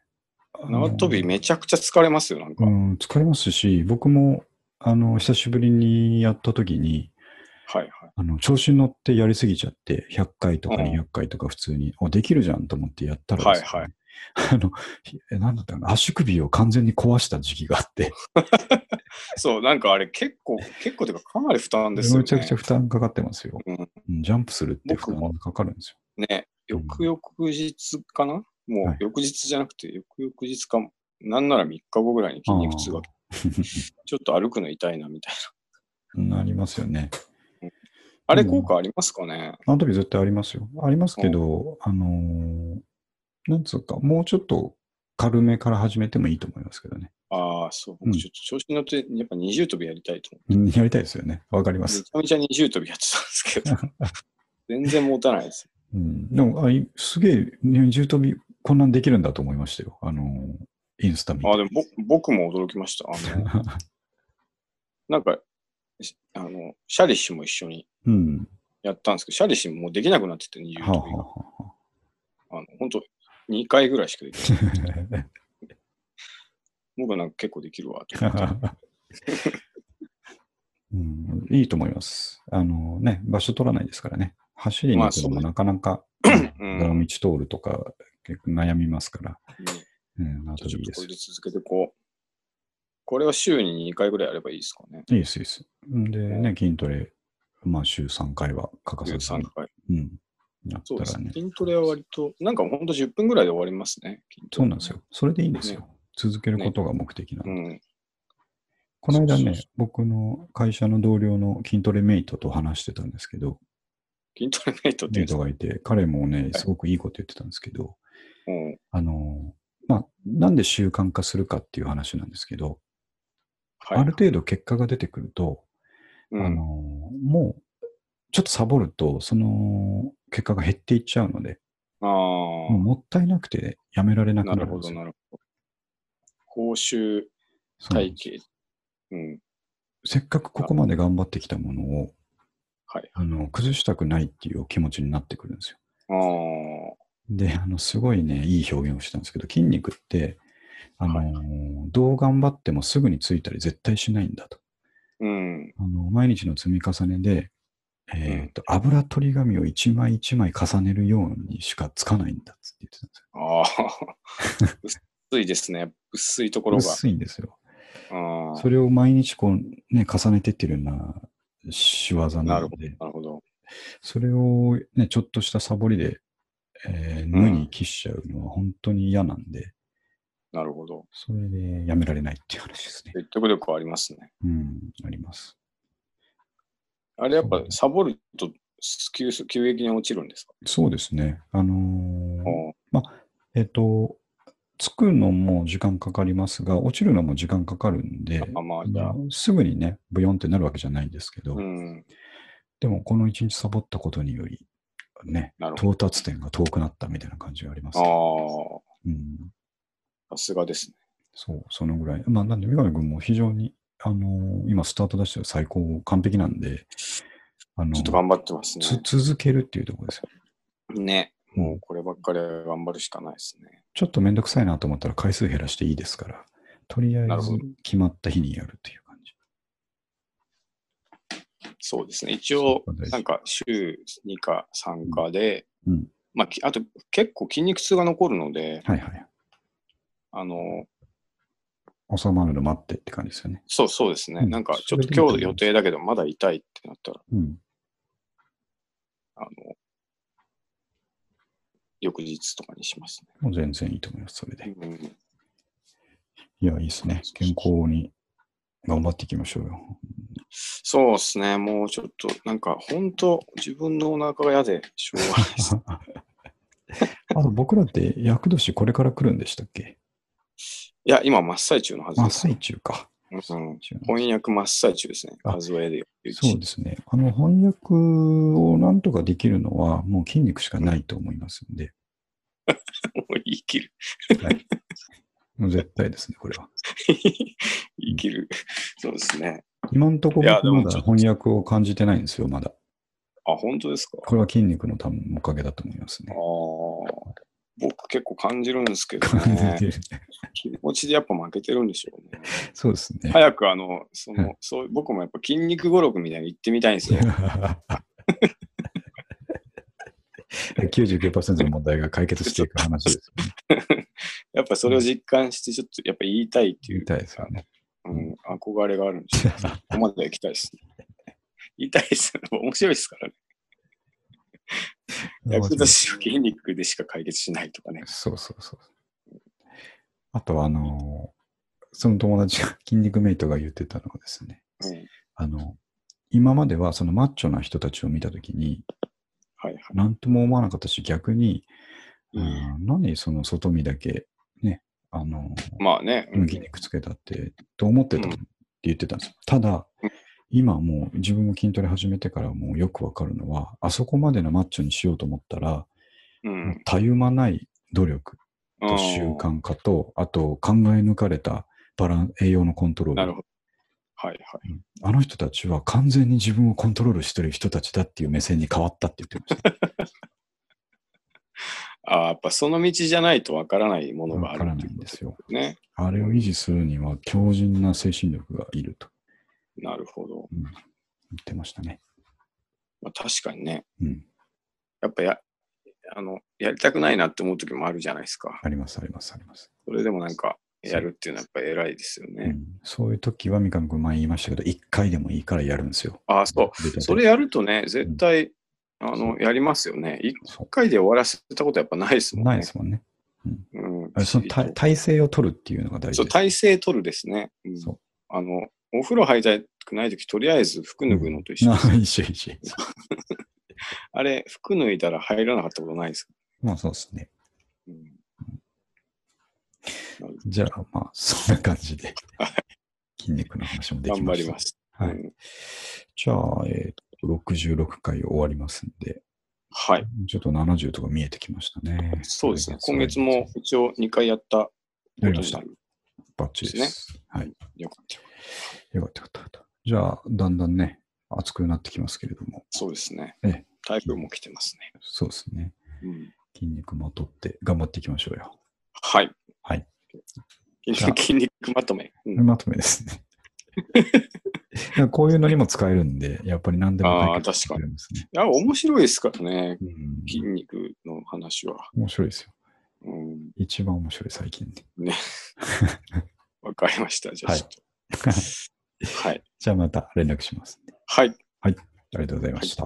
め縄跳びめちゃくちゃ疲れますよ、なんか。
うん、疲れますし、僕も、あの、久しぶりにやった時に、
はい
あの、調子に乗ってやりすぎちゃって、100回とか
うん
200回とか普通に、お、できるじゃんと思ってやったらですね、
はいはい
あの、ひえなんだったかな、足首を完全に壊した時期があって、
そう、なんかあれ結構、結構というかかなり負担ですよね。
めちゃくちゃ負担かかってますよ。
うん
うんジャンプするって負
僕も
担かかるんですよ。
ね、
うん
翌々日かな、
は
も
いう
翌日じゃなくて、翌々日かも、なんなら3日後ぐらいに筋肉痛が、
*laughs*
ちょっと歩くの痛いなみたいな。
なりますよね。
あれ効果ありますかね、
縄跳び絶対ありますよ。ありますけど、あのーなんつうか、もうちょっと軽めから始めてもいいと思いますけどね。
ああ、そう、
うん
僕ちょっと調子に乗って、やっぱ二重跳びやりたいと思って。
うんやりたいですよね。わかりま
めち
す。
ゃめちゃ二重跳びやってたんですけど、 *laughs* 全然持たないです。
うん、でもあいすげえ、二重跳び、こんなんできるんだと思いましたよ。あのーインスタ見て
ああ、でもぼ僕も驚きました。あのなんか、しあの、シャリッシュも一緒に
*laughs* うん。
やったんですけど、シャリッシュもうできなくなってて、二重
はあ、は
跳びが。あの本当2回ぐらいしかできない。僕はなんか結構できるわと
あ
思っ
*laughs*
て。
はあ *laughs* うん、いいと思います。あのね、場所取らないですからね。走りに行くの
ま
も
あそう
なかなか、
うん
裏の道通るとか、結構悩みますから。
ね
うん、縄
ちょっ
跳びいいで
とこ
す
れ
よ
で。続けてこう。これは週に2回ぐらいやればいいですかね。
いいです、いいです。んでね、筋トレ、まあ週3回は欠かさず
3
に、
回。
うん、やっ
そうです
たらね
ね。。筋トレは割と、なんか本当10分ぐらいで終わりますね。筋ト
そう
レ
なんですよ。。それでいいんですよ。続けることが目的な
う
の。
ん。
この間
そうそ
ね
うそ、
僕の会社の同僚の筋トレメイトと話してたんですけど、
筋トレメイトって
メ
い
イ
う
ト
ん
がいて、彼もね、すごくいいこと言ってたんですけど、
うん。
あの、まあ、なんで習慣化するかっていう話なんですけど、
はい。
ある程度結果が出てくると、
う
あの
ん、
もう、ちょっとサボると、その結果が減っていっちゃうので、
ああ、
もうもったいなくてやめられなく
な
なる
る
ん
ほ
ですよ。
ど、なるほど。報酬
そうなん
体
です
系。うん。
せっかくここまで頑張ってきたものを
はい。
あの崩したくないっていうお気持ちになってくるんですよ。
ああ、
で、あのすごいね、いい表現をしたんですけど、筋肉って、あの
はい
どう頑張ってもすぐについたり絶対しないんだと。
うん。
あの毎日の積み重ねで、えーと油取り紙を一枚一枚重ねるようにしかつかないんだっつって言ってたんですよ。
ああ、
*laughs*
薄いですね。薄いところが。
薄いんですよ。
ああ
それを毎日こう、ね、重ねてってるような仕業な
な
の
るほ
で、
なるほど。
それを、ね、ちょっとしたサボりで、えー無に帰しちゃうのは本当に嫌なんで、
なるほど。
それでやめられないっていう話ですね。
説得力はありますね。
うん、あります。
あれやっ
そう
ぱ
ね
サボると急急激に落ちるんですか、
そうですね。あのー
あ
えっ、と、つくのも時間かかりますが、落ちるのも時間かかるんで、
あまあ、じゃあ
あ。のすぐにね、ブヨンってなるわけじゃないんですけど、
うん。
でもこの一日サボったことにより、ね、
なるほ
到達点が遠くなったみたいな感じがあります、
ど。あ
うん。
あ、さすがですね。
そう、そのぐらい。まあ、なんで、三上君も非常に、あのー今スタート出してる最高、完璧なんで、あのー
ちょっと頑張ってますね。
つ続けるっていうところですよ。
ね。
うん
もうこればっかりは頑張るしかないですね。
ちょっとめんどくさいなと思ったら回数減らしていいですから、とりあえ
なる
ず
ほど
決まった日にやるっていう感じ。
そうですね。一応
そうです、
なんか週2か3かで、
うん。
まあ、きあと結構筋肉痛が残るので、
はいはい。
あの、
収まるの待ってって感じですよね。
そうそうですね。
うん
なんかちょっ
それで
と
いいと思い
今
ます
日予定だけどまだ痛いってなったら、
うん。
あの、翌日とかにします
もう全然いいと思います、それで
ね。。うん
いや、いいですね。健康に頑張っていきましょう
*laughs*
よ。 *laughs*
そうですね、もうちょっと、なんか、本当自分のお腹が嫌で、しょうがない
*laughs*
です。
あと僕らって厄年これから来るんでしたっけ
いや、今、真っ最中のはず
真
で
っ
す。
最中か。
うん、翻訳真っ最中ですね、
あ
数えで言うち
そうですね。あの翻訳をなんとかできるのはもう筋肉しかないと思いますんで、
*laughs* もう言い切る。 *laughs*
もう絶対ですね、これは。
言い切る。そうですね。
今のとこ
い
ろ
や
僕
で
ま
もち
だ
ょっと
翻訳を感じてないんですよ、まだ。
あ、本当ですか。
これは筋肉の多分おかげだと思います
あ
ね
あ。。僕、結構感じるんですけど
感じ
ね。 *laughs*
てる。
気持ちでやっぱ負けてるんでしょう *laughs* ね。
そうですね。
早く、あの、そ
は
の、そう僕もやっぱ筋肉語録みたいに言ってみたいんですよ。
99%の問題が解決していく話ですよね。
やっぱそれを実感して、ちょっとやっぱ言いたいってい、
言いうたいですよ
*laughs*
ね。
うん、憧れがあるんですよ。ここまで行きたいですね。行きたいですね。 *laughs* 面白いですからね。役立ちの筋肉でしか解決しないとかね。
そうそうそう。あとは、あのーその友達が、筋 *laughs* 肉メイトが言ってたのはですね、
うん、
あの、今まではそのマッチョな人たちを見たときに、
はいはい。
なんとも思わなかったし、逆に、
うん
うん何その外見だけ、ね、あのー
まあね、うん
筋肉つけたって、と思ってた
うん
って言ってたんですよ。ただ
うん、
今もう自分も筋トレ始めてからもうよくわかるのは、あそこまでのマッチョにしようと思ったら、
う。
もうんたゆまない努力と習
あ
慣化と、あと考え抜かれたバラン栄養のコントロ
ーな
ー
る
ル。
ほど。はいは
あの人たちは完全に自分をコントロールしてる人たちだっていう目線に変わったって
*laughs*
言ってました。
い。ああ、やっぱその道じゃないとわからないものが
わ
あ
か
る
ら
っ
な
て
い
い
ん
うこ
ですよ。
とね。
あれを維持するには強靭な精神力がいると
なるほど。
言ってましたね。
まあ、確かにね、
うん。
やっぱや、あの、やりたくないなって思う時もあるじゃないですか。
あります、あります、あります。
それでもなんか、やるっていうのはやっぱり偉いですよ
う
ね。
ん、そういう時は三上君前言いましたけど、1回でもいいからやるんですよ。
ああ、そう。
出たり
それやるとね、絶対、あの、やりますよね。一
そう
回で終わらせたことやっぱないですもんね。
ないですもんね。
うん
あれその体体勢を取るっていうのが大事
そ
です、
う体勢取るですね。うん
そう
あのお風呂入りたくないとき、とりあえず服脱ぐのと一緒です。
あ一緒一緒。
あれ、服脱いだら入らなかったことないですか、
まあそうですね。
うん
じゃあ、まあ、そんな感じ
*laughs*
で、筋肉の話もでき
頑
ま
張
した。
ります。
はい。じゃあ、えっ、 66回終わりますんで、
はい。
ちょっと70とか見えてきましたね。
そうですね。今月も一応2回やった
や
こ
り
と
まし
したた。んで、
バッチリです。はい。
よかったよ。
よかったよかったよかった。じゃあ、だんだんね、暑くなってきますけれども、
そうですね
ええ。
台風も来てますね。
そうですね。
うん、
筋肉もとって頑張っていきましょうよ。
はい。
はい
筋
じゃあ
肉。筋肉まとめ。うん
まとめです
*laughs*
ね。こういうのにも使えるんで、やっぱり何でも
あ
解
ー
決してくれるんですね。
いや、面白いですからね。
うん
筋肉の話は。
面白いですよ。
うん、
一番面白い、最近で。
わかりました。じゃあ
はい
ちょっと。はい。
じゃあまた連絡します。
はい。
ありがとうございました。